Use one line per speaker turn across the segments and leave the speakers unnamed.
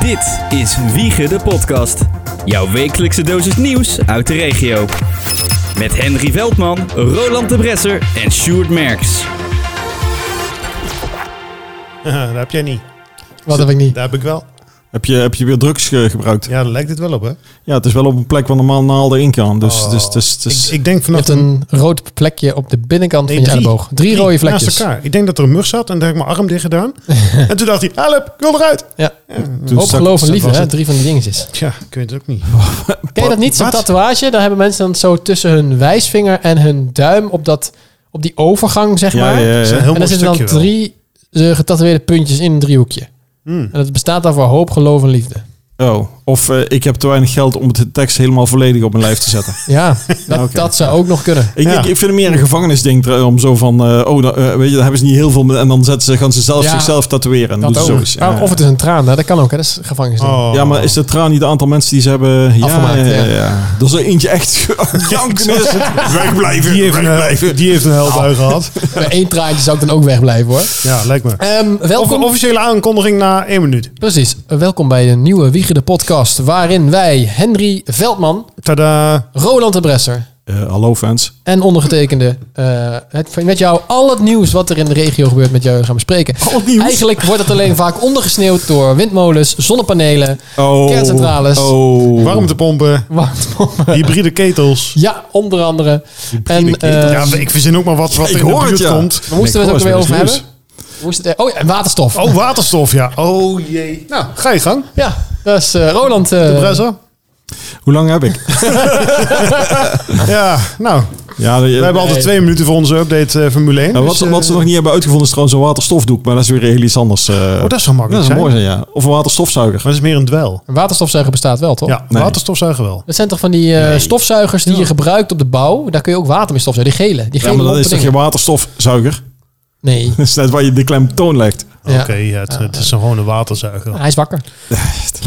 Dit is Wiegen de Podcast. Jouw wekelijkse dosis nieuws uit de regio. Met Henry Veldman, Roland de Bresser en Sjoerd Merks.
dat heb jij niet.
Wat heb ik niet?
Dat heb ik wel.
Heb je, heb je weer drugs eh, gebruikt? Ja.
Ja, daar lijkt het wel op, hè?
het is wel op een plek waar normaal naalden in kan. Dus,
Oh.
dus, dus, dus
ik, ik denk E
Je
vanaf
hebt een rood plekje op de binnenkant van je elleboog. Drie, rode
Naast
vlekjes.
elkaar. Ik denk dat er een mug zat en daar heb ik mijn arm dicht gedaan. en toen dacht hij, help, ik wil eruit.
Ja.
toen
Hoop
zak-
geloof en
zak-
liefde,
was
hè?
het-
Drie van die dingetjes.
Tja, ik weet het ook niet.
Ken je dat niet? Zo'n
Wat?
tatoeage, daar hebben mensen dan zo tussen hun wijsvinger en hun duim op, dat, op die overgang, zeg
Ja,
maar.
ja, ja.
Dat is een heel
En
mooi
er zitten dan
stukje wel.
drie eh, getatoeëerde puntjes in een driehoekje.
Hmm.
En dat bestaat dan voor hoop, geloof en liefde.
Oh, of eh, ik heb te weinig geld om de tekst helemaal volledig op mijn lijf te zetten.
Ja, dat,
oké.
dat zou ook nog kunnen.
ik,
Ja.
ik, ik vind het meer een gevangenisding tr- om zo van, eh, oh, dan, eh, weet je, daar hebben ze niet heel veel mee. En dan zetten ze, gaan ze zelf
Ja,
zichzelf tatoeëren. En
Dat
doen ze
ook. Oh.
zoiets. Ja,
Maar of het is een traan, hè? dat kan ook. Hè? Dat is gevangenis.
Oh.
ja, maar is de traan niet het aantal mensen die ze hebben ja,
Afgemaakt,
Ja, ja,
ja.
ja. Dat is er eentje echt janken is. Wegblijven,
Die heeft een,
wegblijven.
hel- die heeft een helpbui gehad.
Bij één traantje zou ik dan ook wegblijven hoor.
Nou. Ja, lijkt me.
Ehm,
Of
welkom.
een officiële aankondiging na één minuut.
Precies. Welkom bij de nieuwe Wiegen de Podcast. Waarin wij Henry Veldman,
Tada.
Roland de Bresser
Eh, hallo fans.
en ondergetekende. eh, het, met jou al het nieuws wat er in de regio gebeurt met jou gaan bespreken. Eigenlijk wordt het alleen vaak ondergesneeuwd door windmolens, zonnepanelen,
Oh,
Kerncentrales.
Oh.
Warmtepompen,
warmte-
hybride ketels.
Ja, onder andere. En, eh,
ja, ik verzin ook maar wat, wat
Ik
er in de
hoor het,
buurt
ja.
komt.
we moesten
Ik
we het ook
hoor
weer
eens
over
weer eens
hebben. We moesten het- oh, ja, en waterstof.
Oh, waterstof, ja. Oh jee. Nou, ga je gang.
Ja, dat is eh, Roland. eh,
Brazza.
Hoe lang heb ik?
Ja, nou,
Ja, eh, de-
we hebben altijd twee minuten voor onze update eh, Formule 1.
Nou, wat,
dus,
ze,
eh,
wat ze nog niet hebben uitgevonden is trouwens een waterstofdoek. Maar dat is weer heel iets anders. eh.
Oh, dat zou makkelijk
dat is
zijn.
mooi zijn, ja. Of een waterstofzuiger.
Maar dat is meer een dwel.
Een waterstofzuiger bestaat wel, toch?
Ja,
Oh, Nee.
waterstofzuiger wel.
Dat zijn toch van die eh, stofzuigers die je gebruikt op de bouw? Daar kun je ook water mee stofzuigen. Die gele. Die
Ja,
gele
maar dat
lompe
is toch geen
dingen.
waterstofzuiger?
Nee.
Dat is net waar je de klemtoon legt.
Ja.
Oh, Oké, ja, het, het is gewoon een waterzuiger.
Hij is wakker.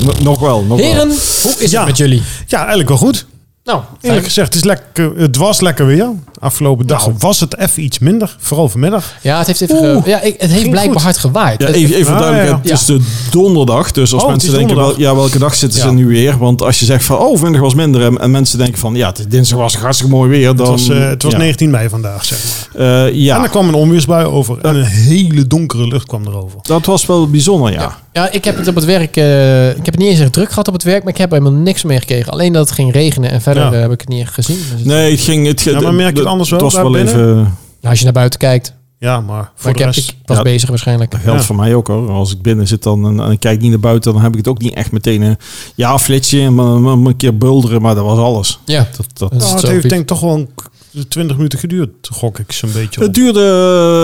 N- nog wel, nog
Heren,
wel.
hoe is
Ja.
het met jullie?
Ja, eigenlijk wel goed.
Nou,
Eerlijk
fijn.
gezegd, het, is lekker, het was lekker weer. Afgelopen dag
Nou.
was het even iets minder. Vooral vanmiddag.
ja, het heeft even. ge-
Oeh,
ja, ik, het heeft
ging
blijkbaar
goed.
hard gewaaid.
Ja,
Het-
even, even voor
Ah,
duidelijkheid.
ja.
Het is de donderdag. Dus als
Oh, het
mensen
is
denken, wel,
donderdag.
ja, welke dag zitten ze
Ja.
nu weer? Want als je zegt van, oh, vandaag was minder. En, en mensen denken van, ja, het is dinsdag was hartstikke mooi weer. Dan,
Het was, eh, het was
ja.
19 mei vandaag, zeg maar.
Eh,
En
ja,
er kwam een onweersbui over. En een hele donkere lucht kwam erover.
dat was wel bijzonder, ja.
ja, ik heb het op het werk. eh, ik heb het niet eens echt druk gehad op het werk, maar ik heb er helemaal niks mee gekregen. Alleen dat het ging regenen en verder
Ja.
eh, heb ik het niet echt gezien. Dus het-
Nee, het ging... Het, ge-
Ja, maar merk je het anders wel
was wel
daarbinnen?
even...
Nou, als je naar buiten kijkt.
Ja, maar voor
Maar ik,
de
heb,
rest...
ik was
Ja.
bezig waarschijnlijk.
Dat geldt
Ja.
voor mij ook hoor. Als ik binnen zit dan, en, en ik kijk niet naar buiten, dan heb ik het ook niet echt meteen. eh, ja, flitsje, en maar- maar- maar een keer bulderen, maar dat was alles.
Ja.
Dat, dat,
Dat is
Nou,
zo
het heeft
vies.
denk ik toch wel een k- 20 minuten geduurd, gok ik zo'n beetje
het
op.
duurde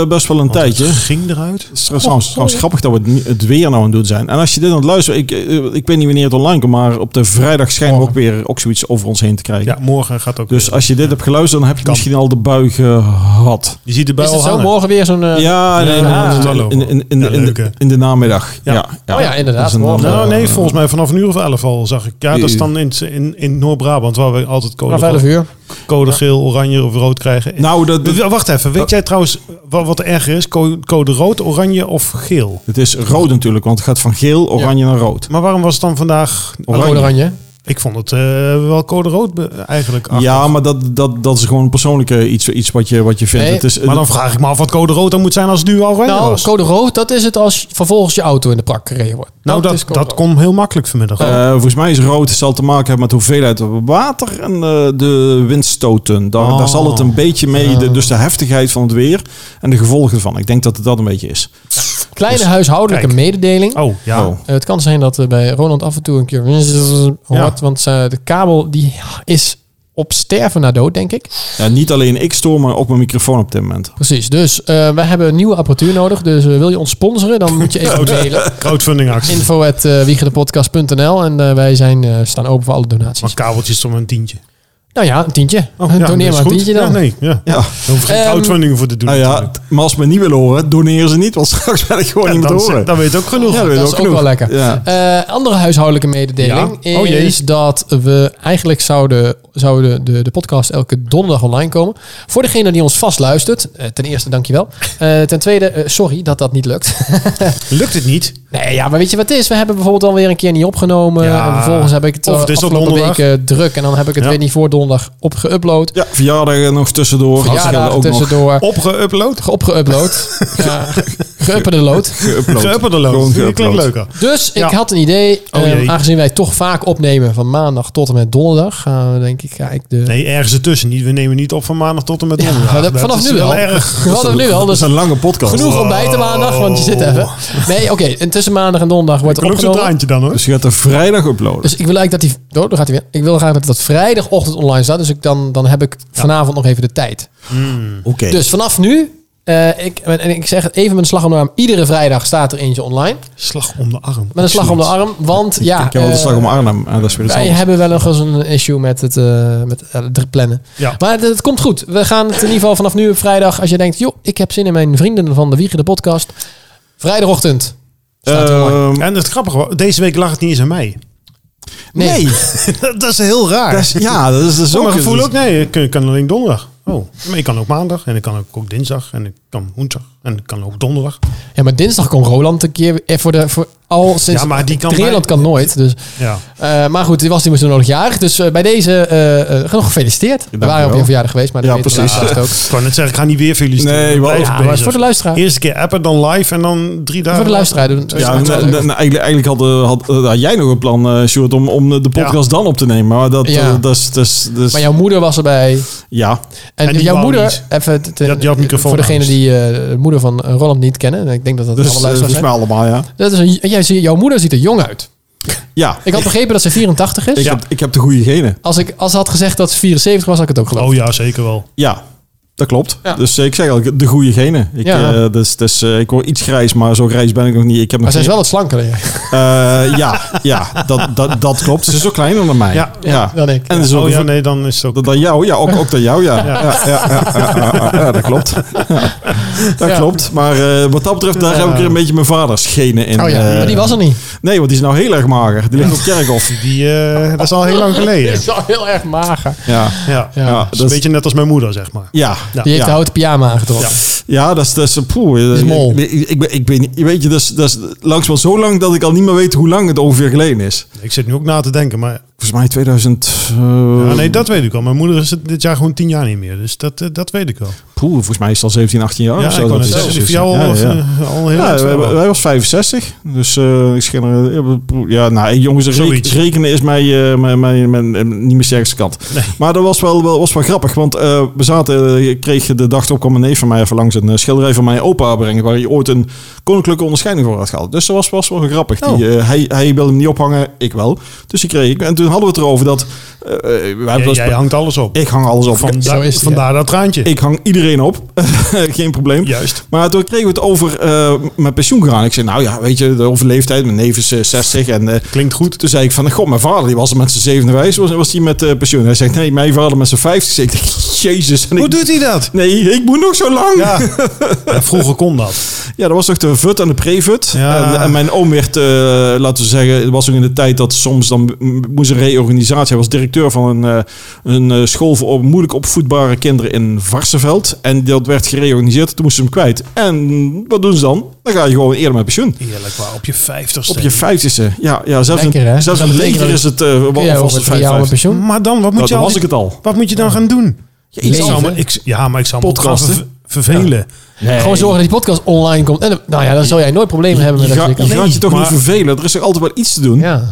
eh, best wel een
Want het
tijdje. Het
ging eruit.
is
Oh,
trouwens, trouwens grappig dat we het nu- het weer nou aan het doen zijn. En als je dit aan het luisteren, ik, eh, ik weet niet wanneer het online komt, maar op de vrijdag schijnen we ook weer ook zoiets over ons heen te krijgen.
Ja, morgen gaat ook
Dus
weer.
als je dit hebt geluisterd, dan heb je
Kan.
misschien al de bui gehad.
Je ziet de bui
Is het
al
zo
hangen.
morgen weer zo'n. eh,
Ja, nee,
dat is wel
in, in, in, in,
Ja,
in-
leuk, hè?
in de namiddag.
Ja.
Ja.
Oh ja, inderdaad,
Dat is een
morgen.
andere-
Nou, nee, volgens mij vanaf een uur of elf al zag ik. Ja, dat is dan in, in, in Noord-Brabant, waar we altijd
vanaf
code,
11 Nou, uur.
code geel, oranje of rood krijgen.
Nou, dat,
W- w- Wacht even, weet jij trouwens wat, wat er erger is? Co- Code rood, oranje of geel?
Het is rood natuurlijk, want het gaat van geel, oranje naar rood.
Maar waarom was het dan vandaag...
Oranje.
Oranje. oranje.
Ik vond het eh, wel code rood be- eigenlijk. achter.
Ja, maar dat, dat, dat is gewoon een persoonlijke iets, iets wat, je, wat je vindt.
Nee,
het is,
Maar dan vraag ik me af wat code rood dan moet zijn als het nu oranje
Nou,
was.
code rood, dat is het als vervolgens je auto in de prak gereden wordt.
Nou, dat,
is
dat,
code rood.
kon heel makkelijk vanmiddag.
eh, volgens mij is rood zal te maken hebben met de hoeveelheid water en eh, de windstoten. Daar,
Oh.
daar zal het een beetje mee, de- dus de heftigheid van het weer en de gevolgen van. Ik denk dat het dat een beetje is.
Kleine huishoudelijke
dus- kijk.
mededeling.
oh, ja.
Oh.
Eh, het kan zijn dat er bij Roland af en toe een keer hoort, want eh, de kabel die is op sterven na dood, denk ik.
Ja, niet alleen ik stoor, maar ook mijn microfoon op dit moment.
Precies, dus eh wij hebben nieuwe apparatuur nodig, dus eh, wil je ons sponsoren, dan moet je even
Oh,
mailen.
Crowdfunding actie.
Info at eh, wiegendepodcast.nl en eh, wij zijn, eh, staan open voor alle
Maar
donaties.
kabeltjes om een tientje.
Nou ja, een tientje.
Oh, ja, dat
Doneer
is
maar een
goed.
tientje dan.
Ja, nee, ja.
Ja,
Daar hoef ik geen
Ehm,
crowdfunding voor te doen.
nou ja,
natuurlijk.
maar als men niet wil horen, doneren ze niet, want straks ben ik gewoon
Ja,
niet meer
dan,
te horen.
dan weet je ook genoeg.
Ja, dat weet
dat is
ik
ook
genoeg.
wel lekker.
Ja.
Eh, andere huishoudelijke mededeling
Ja. Oh jee.
is dat we eigenlijk zouden zou de, de, de podcast elke donderdag online komen. Voor degene die ons vast luistert, eh, ten eerste dankjewel. Eh ten tweede, eh, sorry dat dat niet lukt.
Lukt het niet?
nee, ja, maar weet je wat het is? We hebben bijvoorbeeld alweer een keer niet opgenomen.
Ja.
En vervolgens heb ik het,
Of
eh,
het is op
afgelopen
donderdag.
weken druk. En dan heb ik het
Ja.
weer niet voor donderdag opgeüpload.
Ja, verjaardagen nog tussendoor.
Verjaardag
Hartstikke ook nog
tussendoor.
Oh. Opgeüpload?
Opgeüpload. ja, geüpperde lood.
geüpload. Gewoon
Geüpload. Dat klinkt
geüpload.
leuker.
Dus
Ja.
ik had een idee,
Oh,
eh,
jee.
aangezien wij toch vaak opnemen van maandag tot en met donderdag, gaan we denk ik, ga ik de...
Nee, ergens ertussen. Niet, we nemen niet op van maandag tot en met
Ja,
donderdag.
maar dat- vanaf
is
nu wel.
erg.
We hadden nu al,
Dat
dus
is een lange podcast.
genoeg ontbijten maandag, want je zit even.
Oh.
Nee, oké, en tussen maandag en donderdag wordt het
Lukt het
opgenomen.
traantje dan hoor?
Dus je gaat er vrijdag uploaden.
Dus ik wil eigenlijk dat die... Oh, daar gaat hij weer. Ik wil graag dat dat vrijdagochtend online staat, dus ik dan, dan heb ik vanavond nog even de tijd.
Oké.
Dus vanaf nu, eh, ik, en en ik zeg het even met een slag om de arm, iedere vrijdag staat er eentje online.
Slag om de arm.
Met een slag om de arm, want ja...
ik heb wel de
eh,
slag om Arnhem. Ah, dat is weer iets
Wij
anders.
hebben wel nog eens een issue met het, eh met eh, het plannen.
Ja.
Maar het, het komt goed. We gaan het in ieder geval vanaf nu op vrijdag. Als je denkt, joh, ik heb zin in mijn vrienden van de Wiegen de podcast. Vrijdagochtend. staat er online.
Ehm,
En het grappige, was, deze week lag het niet eens aan mij.
nee. Oh,
nee.
dat is heel raar.
Dat is- ja, dat is, dat is
Zo'n
ook-
gevoel ook? Nee, ik kan- ik kan alleen donderdag. Oh, maar ik kan ook maandag en ik kan ook, ook dinsdag en ik kan woensdag en ik kan ook donderdag.
Ja, maar dinsdag komt Roland een keer weer eh, voor de... Voor al sinds,
Ja, maar die kan
Nederland
bij-
kan nooit. Dus,
Ja.
eh, maar goed, die was die moest nodig jarig. Dus eh, bij deze eh eh, nog gefeliciteerd. We waren op
wel.
je verjaardag geweest, maar dat
Ja,
weten
precies.
de luisteraars ook.
Ik kan net zeggen, ik ga niet weer feliciteren.
Nee, wel.
Blijf
Ja,
maar
bezig.
het is voor de luisteraar.
Eerste keer appen, dan live en dan drie dagen.
Voor de luisteraar. doen-
Ja, nou, nou, nou, eigenlijk, eigenlijk had, eh, had, eh, had jij nog een plan, eh Sjoerd, om, om de podcast dan op te nemen. Maar dat, eh,
Ja.
dat is... Dat is, dat is-
Maar jouw moeder was erbij.
Ja. Dus,
En,
En die
jouw
wou
moeder,
niet.
even te- te-
Die had- die had microfoon
voor degene
angst.
die eh, de moeder van eh, Roland niet kennen, en ik denk dat dat
Dus
allemaal
eh,
luisteraars
volgens
zijn.
mij allemaal, ja.
Dat is een, jij, ziet- jouw moeder ziet er jong uit.
Ja,
Ik had begrepen dat ze 84 is.
ik, Heb, ik heb de goede genen.
Als ik als ze had gezegd dat ze 74 was, had ik het ook geloofd.
Oh ja, zeker wel.
Ja, dat klopt.
Ja.
Dus eh, ik zeg al, de goede genen. Ik,
Ja.
eh, dus, dus, eh, ik word iets grijs, maar zo grijs ben ik nog niet. Ik heb nog
maar zij is
geen-
wel wat slanker ja,
Eh, ja, ja dat, dat, dat klopt. Ze is ook kleiner dan mij.
Ja.
dan ik.
En ze is ook
Oh ja, nee, dan is het ook...
Dat dan jou, ja, ook, ook dan jou, ja. Ja, ja, ja, ja, ja, ja, ja, dat klopt. Ja, dat
Ja.
klopt. Maar eh, wat dat betreft, daar heb ik er een beetje mijn vaders genen in.
Oh ja,
eh.
maar die was er niet.
Nee, want die is nou heel erg mager. Die ligt op kerkhof.
Die, eh, dat is al heel lang
Die
geleden.
is al heel erg mager.
Ja,
Ja.
Ja.
Ja,
Dat is
dat
een
is-
beetje net als mijn moeder, zeg maar.
ja. ja.
Die heeft de houten pyjama aangetrokken.
Ja, dat is... Dat is poeh, eh,
is mol.
Ik, ik, ik, ben- ik weet niet... je Weet je, dat is, dat is langs wel zo lang dat ik al niet meer weet hoe lang het ongeveer geleden is.
Ik zit nu ook na te denken, maar...
Volgens mij 2000... eh,
Ja, nee, dat weet ik al. Mijn moeder is dit jaar gewoon tien jaar niet meer. Dus dat, eh, dat weet ik wel.
poeh, volgens mij is het al 17, 18 jaar
ja,
of zo.
ik kan
Oh, dat
het
is-
zeggen. Die
is-
voor jou
ja,
al,
ja.
eh, al heel
Ja,
lang.
wij, wij- wij was 65. Dus eh, ik schin er- Ja, nou, jongens, re-
Zoiets.
rekenen is mij, eh, mijn, mijn, mijn, eh, niet mijn sterkste kant.
Nee.
Maar dat was wel, wel, was wel grappig. Want eh, we zaten... eh, Ik kreeg de dag op kwam een neef van mij even langs een eh, schilderij van mijn opa brengen... waar hij ooit een koninklijke onderscheiding voor had gehad. Dus dat was, was wel grappig. Die,
Oh.
eh, hij, hij wilde hem niet ophangen, ik wel. Dus die kreeg ik. En toen hadden we het erover dat... eh, eh, wij hebben wel
Jij,
eens-
jij hangt alles op.
ik hang alles op.
Vanda-
Zo is het,
vandaar dat traantje.
Ik hang iedereen op. Geen probleem.
Juist.
Maar toen kregen we het over eh, mijn pensioen gegaan. Ik zei, nou ja, weet je, over leeftijd. Mijn neef is eh, 60. En eh,
Klinkt goed.
toen zei ik van, god, mijn vader die was er met zijn zevende wijs. Was, was die met eh, pensioen? Hij zegt, nee, mijn vader met zijn 50. Ik denk, jezus. En
Hoe
ik,
doet hij dat?
nee, ik moet nog zo lang. Ja,
Ja. Ja, Vroeger kon dat.
dat was toch de VUT en de pre-VUT.
Ja.
En, en mijn oom werd, eh, laten we zeggen, het was ook in de tijd dat soms dan m- moest een reorganisatie. Hij was directeur van een, eh, een eh, school voor op- moeilijk opvoedbare kinderen in Varsenveld. En dat werd gereorganiseerd. Toen moesten ze hem kwijt. En wat doen ze dan? Dan ga je gewoon eerder met pensioen.
Eerlijk waar, op je vijftigste.
Op je vijftigste. Ja, ja zelfs
Lekker,
een,
hè?
zelfs
Dat
een
betekent
leger
dat-
is het... eh
Kun jij
wat was
over
het
drie jaar met
55?
pensioen?
Maar dan, wat moet
Nou,
je
dan
al
was
die-
ik het al.
Wat moet je dan gaan doen? Ik
Leven.
zou me- ik, ja, maar ik zou me ook gaan
Podcasten.
ver- vervelen.
Gewoon zorgen dat die podcast online komt. En, dan- nou ja, dan zal jij nooit problemen hebben
Je,
met dat
ga,
je
je
kan-
gaat je toch
maar-
niet vervelen. Er is toch altijd wel iets te doen.
Ja,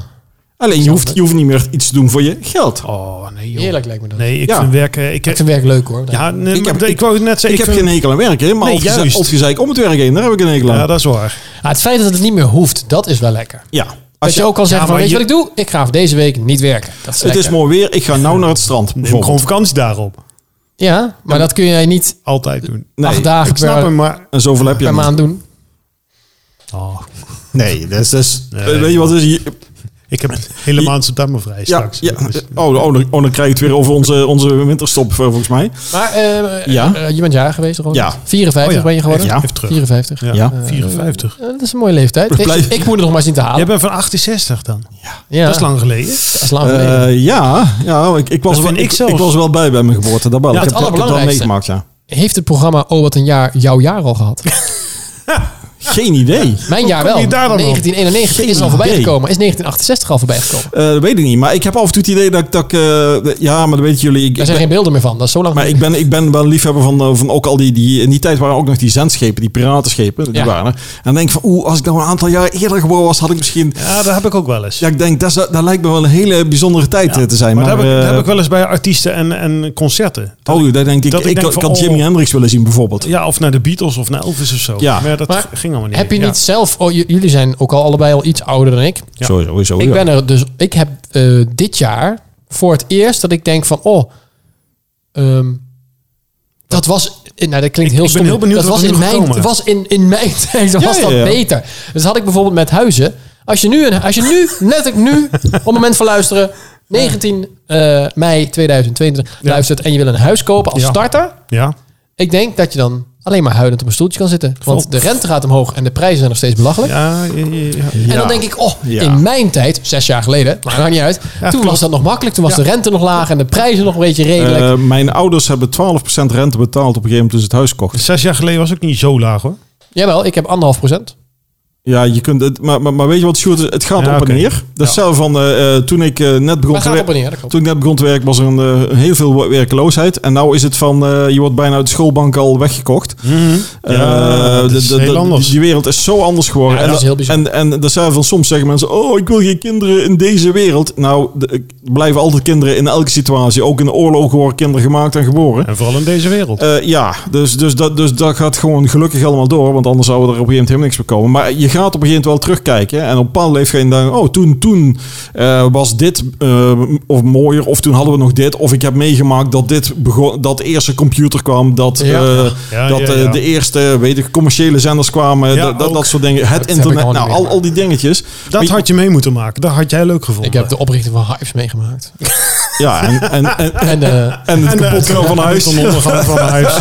Alleen je hoeft, je hoeft niet meer iets te doen voor je geld.
Oh, nee joh.
heerlijk lijkt me dat.
Nee, ik
Ja.
vind werken... Ik,
Ik vind werk leuk hoor.
ja, nee,
Ik
maar
heb-
ik, wou het net
Ik
zeggen.
heb
Ik, vind,
geen hekel aan werken, maar
Nee,
als, je zei-
juist.
als je zei ik om het werk heen, daar heb ik een hekel aan.
Ja,
Ja,
dat is waar.
Ah, het feit dat het niet meer hoeft, dat is wel lekker.
Als
dat je,
je-
ook kan zeggen van,
maar
weet je
je-
wat ik doe? Ik ga deze week niet werken. Dat is
het
lekker.
is mooi weer, ik ga nou naar het strand.
Neem gewoon
Bijvoorbeeld.
vakantie daarop.
Ja, maar dat kun jij niet
Altijd doen.
Nee,
acht dagen
Ik snap
per,
hem, maar...
en zoveel heb je
per
dan
maand
niet.
doen.
Oh,
Nee, dat is... dat is-
Nee.
weet je Eh, wat het is? Je-
Ik heb een hele maand september vrij
Ja,
straks.
ja.
Dus-
Oh, oh, dan, oh, dan krijg je het weer over onze, onze winterstop, eh, volgens mij.
Maar eh,
Ja.
eh, je bent jaar geweest, Ron?
Ja.
54
Oh ja,
ben je geworden?
ja.
Even terug.
54.
Ja,
Ja.
54.
Eh, dat is een mooie leeftijd.
Blijf-
Ik, ik moet het nog maar zien te halen.
Jij bent van 68 dan.
ja.
Dat is lang geleden.
Dat is lang geleden.
Eh, ja, ja ik, ik,
Dat
was er wel,
vind ik
ik,
zelfs.
ik was er wel bij bij mijn geboorte. Daarbij.
Ja,
ik
het
heb, ik heb het wel
allerbelangrijkste.
meegemaakt, ja.
Heeft het programma Oh Wat Een Jaar jouw jaar al gehad?
Geen idee.
Mijn jaar
kom
wel.
je daar dan op?
1991 is al
Geen
voorbij
idee.
gekomen. Is 1968 al voorbij gekomen.
Eh, dat weet ik niet. Maar ik heb af en toe het idee dat ik... Dat ik, eh, ja, maar dat weten jullie. Ik,
Daar
ik
zijn
ben-
geen beelden meer van. Dat is zo lang
maar ik
geleden.
ben, ik ben wel liefhebber van, eh, van ook al die, die... In die tijd waren ook nog die zendschepen, die piratenschepen. Die
Ja.
waren er. En dan denk ik van... Oeh, als ik nou een aantal jaar eerder geboren was, had ik misschien...
Ja, dat heb ik ook wel eens.
Ja, ik denk, dat, is- dat lijkt me wel een hele bijzondere tijd eh, te zijn.
maar
Maar,
dat, heb ik, dat
eh,
heb ik wel eens bij artiesten en, en concerten. Dat
oh, daar denk ik,
dat
ik,
ik denk
kan,
van,
kan
oh.
Jimi Hendrix willen zien bijvoorbeeld.
ik- ja, of naar de Beatles of naar Elvis of zo.
Ja.
Maar dat
Maar
ging allemaal niet.
Heb je
Ja.
niet zelf... Oh, j- jullie zijn ook al allebei al iets ouder dan ik.
Oh, Ja.
Sowieso, sowieso,
ik
ja.
ben er dus... Ik heb eh, dit jaar voor het eerst dat ik denk van... Oh, ehm, dat was... eh, Nou, dat klinkt
Ik-
heel
ik ben
stom.
heel benieuwd
dat
wat
was
er
in,
nu
mijn,
gekomen is.
was in, in mijn tijd
Ja,
was dat
ja, ja.
beter. Dus had ik bijvoorbeeld met huizen... Als je nu, een, als je nu letterlijk nu, op het moment van luisteren... 19 eh, mei 2022
Ja.
luistert en je wil een huis kopen als
Ja.
starter...
Ja.
Ik denk dat je dan alleen maar huilend op een stoeltje kan zitten. Want
Klopt.
de rente gaat omhoog en de prijzen zijn nog steeds belachelijk.
Ja, ja, ja, ja.
En dan denk ik, oh,
Ja.
in mijn tijd, zes jaar geleden, maar maakt niet uit. toen
klopt.
was dat nog makkelijk. Toen was
Ja.
de rente nog laag en de prijzen nog een beetje redelijk.
Eh, mijn ouders hebben 12% rente betaald op een gegeven moment toen ze het huis kochten.
Zes jaar geleden was ook niet zo laag hoor.
Jawel, ik heb anderhalf procent.
Ja, je kunt het, maar, maar, maar weet je wat, Sjoerd? Het gaat
Ja,
op
oké.
en neer. Dat is zelf van eh, eh, toen ik eh, net begon
Maar
te
gaat op en
werken.
neer, dat klopt.
Toen ik net begon te werken was er een, eh, heel veel wo- werkeloosheid. En nou is het van, eh, je wordt bijna uit de schoolbank al weggekocht.
Mhm. Ja,
Eh,
dat
de-
is
de-
heel
de-
anders.
Die wereld is zo anders geworden.
Ja, dat
en,
is heel bijzonder.
en, en dat zijn van soms zeggen mensen, oh, ik wil geen kinderen in deze wereld. Nou, de- er blijven altijd kinderen in elke situatie. Ook in de oorlogen worden kinderen gemaakt en geboren.
En vooral in deze wereld.
Eh, ja, dus, dus, dat, dus dat gaat gewoon gelukkig allemaal door. Want anders zou er op een gegeven moment helemaal niks meer komen. Maar je gaat op een gegeven moment wel terugkijken. En op een bepaalde leeftijd denk je, oh, toen, toen eh, was dit eh, of mooier. Of toen hadden we nog dit. Of ik heb meegemaakt dat dit begon, dat de eerste computer kwam. Dat, eh,
Ja.
Ja,
dat
ja,
eh,
ja.
de eerste weet ik, commerciële zenders kwamen.
Ja,
dat, dat, dat
ook.
soort dingen. Het
Dat heb ik
internet.
allemaal
Nou,
niet
al, al die dingetjes. Maar
dat
je-
had je mee moeten maken. Dat had jij leuk gevonden.
Ik heb de oprichting van Hives meegemaakt.
Ja, en, en, en,
En eh,
en het
de-
kapot gaan van
en
huis.
de ondergang van huis.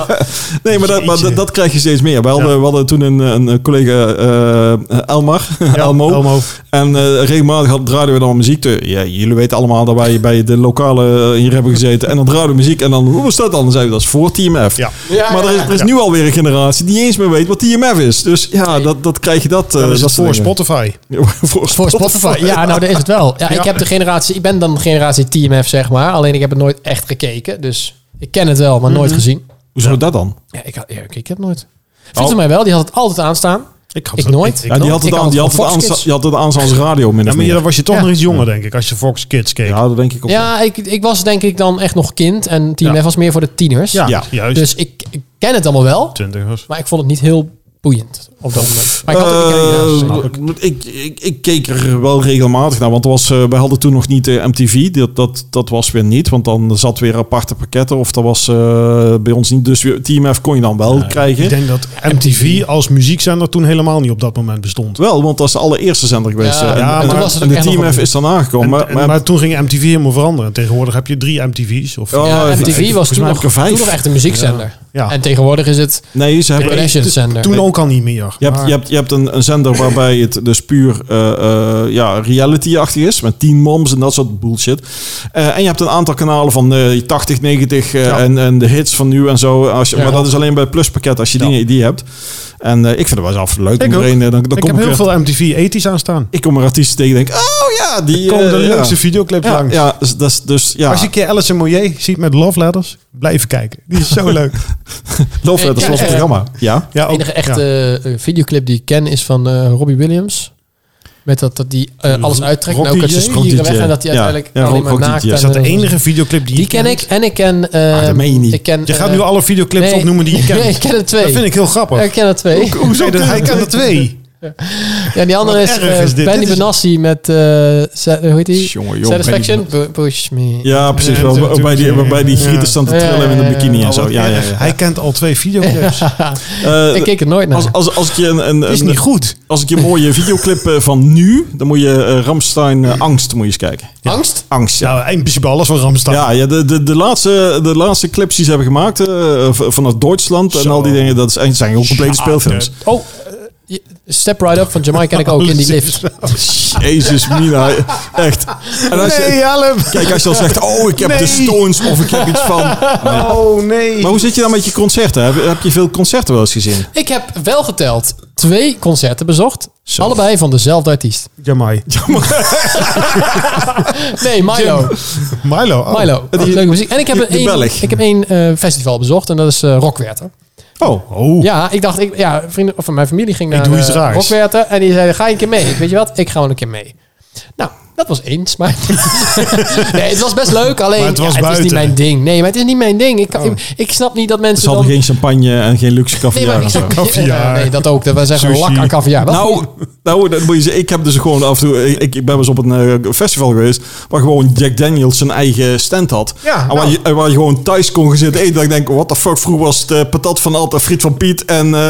Nee, maar, dat, maar
Jeetje.
dat, dat krijg je steeds meer. We hadden,
Ja.
we hadden toen een, een een collega eh Elmar, Elmo.
Elmo.
En eh, regelmatig had, draaiden we dan muziek. Te, ja, jullie weten allemaal dat wij bij de lokale eh, hier hebben gezeten. En dan draaiden we muziek. En dan, hoe was dat dan? Dan zeiden we, dat is voor Team F.
Ja.
Ja,
maar er is, er is nu alweer een generatie die niet eens meer weet wat TMF is. Dus ja, dat, dat krijg je dat.
dus
eh,
Dat is
dat
het voor
soort dingen.
Spotify.
voor
voor Spotify. Ja, nou, daar is het wel. Ja,
Ja.
Ik, heb de generatie, ik ben dan de generatie TMF, zeg maar. Alleen ik heb het nooit echt gekeken. Dus ik ken het wel, maar nooit
Mhm.
gezien.
Hoezo dat dan?
Ja, ik, had- ja, ik keek het nooit.
Oh.
Vindt mij wel, die had het altijd aanstaan.
Ik, had
Ik
dat-
nooit.
Ja, die had
Ik
het
had
aan, die
het
had het
van
aan,
Fox Kids.
die had het aan als radio min
Ja,
of
maar
meer.
dan was je toch
Ja.
nog iets jonger, denk ik, als je Fox Kids keek.
Ja, dat denk ik ook. wel.
Ja, ik, ik was denk ik dan echt nog kind. En TMF
Ja.
was meer voor de tieners.
Ja,
Ja.
juist.
Dus ik, ik ken het allemaal wel.
20 was.
Maar ik vond het niet heel boeiend op dat moment. Maar ik had het, ik ken- ja,
Eh,
zeker.
ik, ik, ik keek er wel regelmatig naar, want er was, eh, wij hadden toen nog niet eh, MTV. Dat, dat, dat was weer niet, want dan zat weer aparte pakketten. Of dat was eh, bij ons niet. Dus weer- Team F kon je dan wel
Ik
krijgen.
denk dat MTV als muziekzender toen helemaal niet op dat moment bestond.
Wel, want dat is de allereerste zender geweest.
Ja,
eh, en,
ja,
en-
maar toen
was het
en
ook
de
echt nog
Team F
een-
is dan aangekomen.
En-
maar,
en-
maar-
maar toen ging MTV helemaal veranderen. Tegenwoordig heb je drie MTV's. Of,
Oh,
Ja,
eh,
MTV was
volgens
toen
mij
nog,
heb ik er
toen
vijf.
nog echt een muziekzender.
Ja.
En tegenwoordig is het
Nee, ze hebben
Kardashian zender.
toen ook al niet meer.
Je hebt,
Maar-
je hebt, je hebt een, een zender waarbij het dus puur eh, eh, ja, reality-achtig is. Met teen moms en dat soort bullshit. Eh, en je hebt een aantal kanalen van eh 80, 90 eh,
Ja.
en, en de hits van nu en zo. Als je,
Ja.
Maar dat is alleen bij het pluspakket als je die, die hebt. En eh, ik vind het wel eens af leuk.
Ik
om
ook.
erin, eh, dan, dan
ik
kom
heb heel
weer-
veel MTV ethisch aan staan.
Ik kom er artiesten tegen en denk, oh ja, die...
Er komen de
eh,
leukste
ja.
videoclips
Ja,
langs.
ja, dus, dat is- dus ja,
Als je een keer Alice en Moyer ziet met Love Letters, blijf kijken. Die is zo leuk.
Love Letters
Ja,
was
ja,
een
eh,
ja.
programma. Ja.
Ja,
de enige
ja.
echte eh, videoclip die ik ken is van eh, Robbie Williams. Met dat, dat die eh, alles uittrekt.
Rock
en ook uit
DJ?
zijn spieren
Rock
weg.
DJ.
En dat hij
Ja.
uiteindelijk
Ja,
alleen
Rock-
maar
Rock
naakt...
DJ.
en-
Is Dus dat de enige videoclip die je
eh, Die ken ik. En ik ken... eh,
Ah, dat meen je niet.
Ik ken,
Je gaat
eh,
nu alle videoclips
nee,
opnoemen die je kent.
Nee, ik ken er twee.
Dat vind ik heel grappig.
Ik ken er twee.
Hoezo? Hij kan er twee.
Ja, die andere
Wat
is,
erg
eh,
is dit.
Benny
Dit is-
Benassi met, eh, sa- hoe heet die?
Jongen, jongen.
Satisfaction? Bu- Push me.
Ja, precies.
Ja,
wel,
natuurlijk.
waarbij die, waarbij die
Ja.
gieten staan te trillen in een bikini
Oh,
en
wat
zo. Ja, ja,
erg.
ja.
Hij kent al twee videoclips.
Eh,
Ik keek er nooit naar.
als, als, als ik je een, een,
Is
een-
niet goed.
als ik je een mooie videoclip eh, van nu, dan moet je eh, Ramstein eh, Angst moet je eens kijken.
Angst?
Angst, ja.
Nou, in principe alles van Ramstein.
Ja, ja de, de, de, laatste, de laatste clips die ze hebben gemaakt eh, v- vanuit Duitsland en
Zo.
al die dingen, dat zijn, zijn gewoon complete speelfilms.
Oh, eh, je- Step Right Up van Jamai ken ik ook in die lift.
Oh,
Jezus, Mina, echt. En als je,
Nee, help.
kijk, als je dan zegt, oh, ik heb
Nee.
de Stones of ik heb iets van...
Oh, nee.
Maar hoe zit je dan met je concerten? Heb, heb je veel concerten wel eens gezien?
Ik heb wel geteld twee concerten bezocht.
Zo.
Allebei van dezelfde artiest.
Jamai.
Nee, Milo.
Milo. oh.
Milo.
die-
Leuke muziek. En ik heb
die- die
één,
Belg.
ik heb één eh, festival bezocht en dat is eh Rockwerter.
Oh,
Oh.
Ja, ik dacht, ik, ja, vrienden of mijn familie ging naar
doe iets
eh,
raars.
Rockwerter en die zei, ga je een keer mee? Ik, weet je wat, ik ga gewoon een keer mee. Nou, dat was eens, maar... nee, het was best leuk, alleen
Maar het was
ja, het is niet
buiten. Oh.
mijn ding. Nee, maar het is niet mijn ding. Ik, kan- ik, ik snap niet dat
ze
mensen
hadden
dan...
geen champagne en geen luxe
nee,
caviar
maar ik
en zo.
snap-
Kaviaar.
Nee, dat ook. Dat was echt een
Sushi.
lak aan caviar. Wel
Nou, nou dat moet je zeggen, ik heb dus gewoon af en toe... Ik, ik ben wel eens op een eh, festival geweest... waar gewoon Jack Daniels zijn eigen stand had.
Ja,
en waar,
nou.
je, en waar je gewoon thuis kon gaan zitten eten. Dat ik denk, what the fuck, vroeger was het eh, patat van Alt en friet van Piet. En eh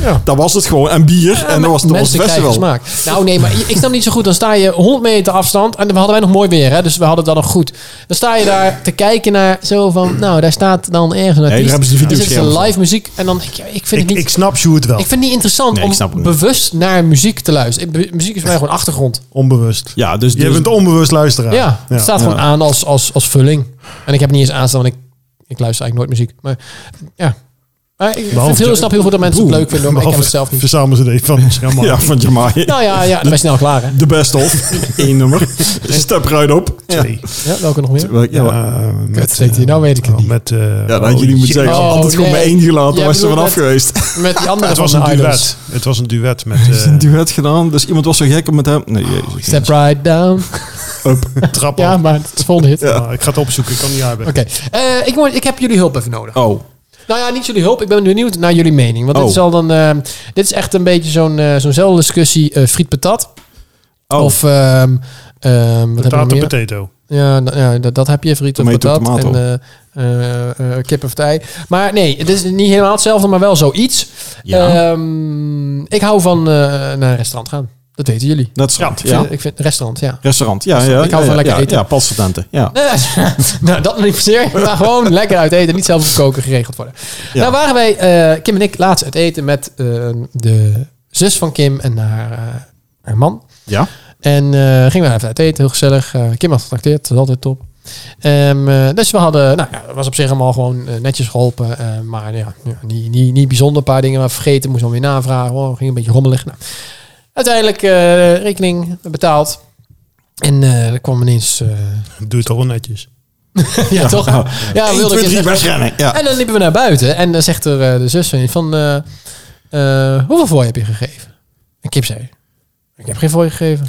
Ja.
dat was het gewoon. En bier. en dat was, dat was
Mensen
het
krijgen
festival.
smaak. Nou nee, maar ik snap niet zo goed. Dan sta je 100 meter afstand. En we hadden wij nog mooi weer, hè, dus we hadden het dan nog goed. Dan sta je daar te kijken naar zo van... Nou, daar staat dan ergens een artiest.
daar hebben ze de
Dan zit
videoschermen
ze
voor.
live muziek. En dan, ik, ik vind
Ik,
het
ik
niet...
snap Sjoerd wel.
Ik vind het niet interessant
Nee, ik snap
om
het niet.
bewust naar muziek te luisteren. Ik- Muziek is voor mij gewoon achtergrond.
Onbewust.
Ja, dus...
Je
dus-
bent onbewust luisteraar.
Ja, het staat gewoon aan als, als, als vulling. En ik heb het niet eens aanstaan, want ik, ik luister eigenlijk nooit muziek. Maar ja, maar ik vind
Behalve-
het heel, snap heel goed dat mensen het leuk vinden, maar ik heb het zelf niet.
Verzamel ze even van Jamai.
ja, van Jamai.
Nou ja, ja dan ben je snel klaar hè.
De best of. Eén nummer. Step right op. Ja,
Twee.
Ja, welke nog meer?
ja, maar-
Eh, met,
Kut, zegt hij, nou weet ik het
oh,
niet.
Met, eh,
ja dat had je niet
oh,
moeten
shit.
zeggen.
Oh,
Altijd gewoon
nee.
bij één gelaten.
Jij
Dan was er
bedoelt
vanaf
met-
geweest.
Met die andere
Het was
van
een
de Idols.
duet. Het was een duet met
Hij is een
eh
duet gedaan. Dus iemand was zo gek om met hem... Nee, jezus.
Step right down.
Up.
trap.
Ja,
op.
maar het is volgende hit.
Ah, ik ga het opzoeken, ik kan niet hebben.
Oké, Eh, ik, word- ik heb jullie hulp even nodig.
Oh.
Nou ja, niet jullie hulp. Ik ben benieuwd naar jullie mening. Want
Oh.
dit, zal dan, ehm, dit is echt een beetje zo'n eh, zo'nzelfde discussie eh friet patat.
Oh.
Of ehm ehm wat hebben we nog
Potato,
meer?
potato.
Ja, d- ja dat, dat heb je, friet of
Tomato,
patat.
tomato.
En eh, eh, eh, kip of tij. Maar nee, het is niet helemaal hetzelfde, maar wel zoiets.
Ja.
Ehm, ik hou van eh, naar een restaurant gaan. Dat weten jullie.
Dat is rand.
Ik
Ja.
vind, ik vind restaurant, ja.
Restaurant. Ja, ja.
Ik hou
ja,
van
ja,
lekker
ja,
eten.
Ja, pastatenten. Ja.
Eh, nou, dat nog niet zozeer. Maar gewoon lekker uit eten. Niet zelf koken geregeld worden.
Ja.
Nou waren wij, eh, Kim en ik, laatst uit eten met eh, de zus van Kim en haar, eh, haar man.
Ja.
En eh, gingen we even uit eten, heel gezellig. Eh, Kim had getrakteerd, dat is altijd top. Ehm, eh, dus we hadden, nou ja, het was op zich allemaal gewoon eh, netjes geholpen. eh, maar ja, ja, niet, niet, niet bijzonder, een paar dingen maar vergeten, moest dan weer navragen. Oh, ging een beetje rommelig. Nou, uiteindelijk eh, rekening betaald. En eh, er kwam ineens... eh,
Doe het toch wel netjes.
ja, toch? Ja,
Ja,
wilde ik je zeggen.
wegrennen. Ja.
En dan liepen we naar buiten en dan zegt er eh, de zus van, je van eh, eh, hoeveel voor heb je gegeven? En Kip zei, ik heb geen voor gegeven.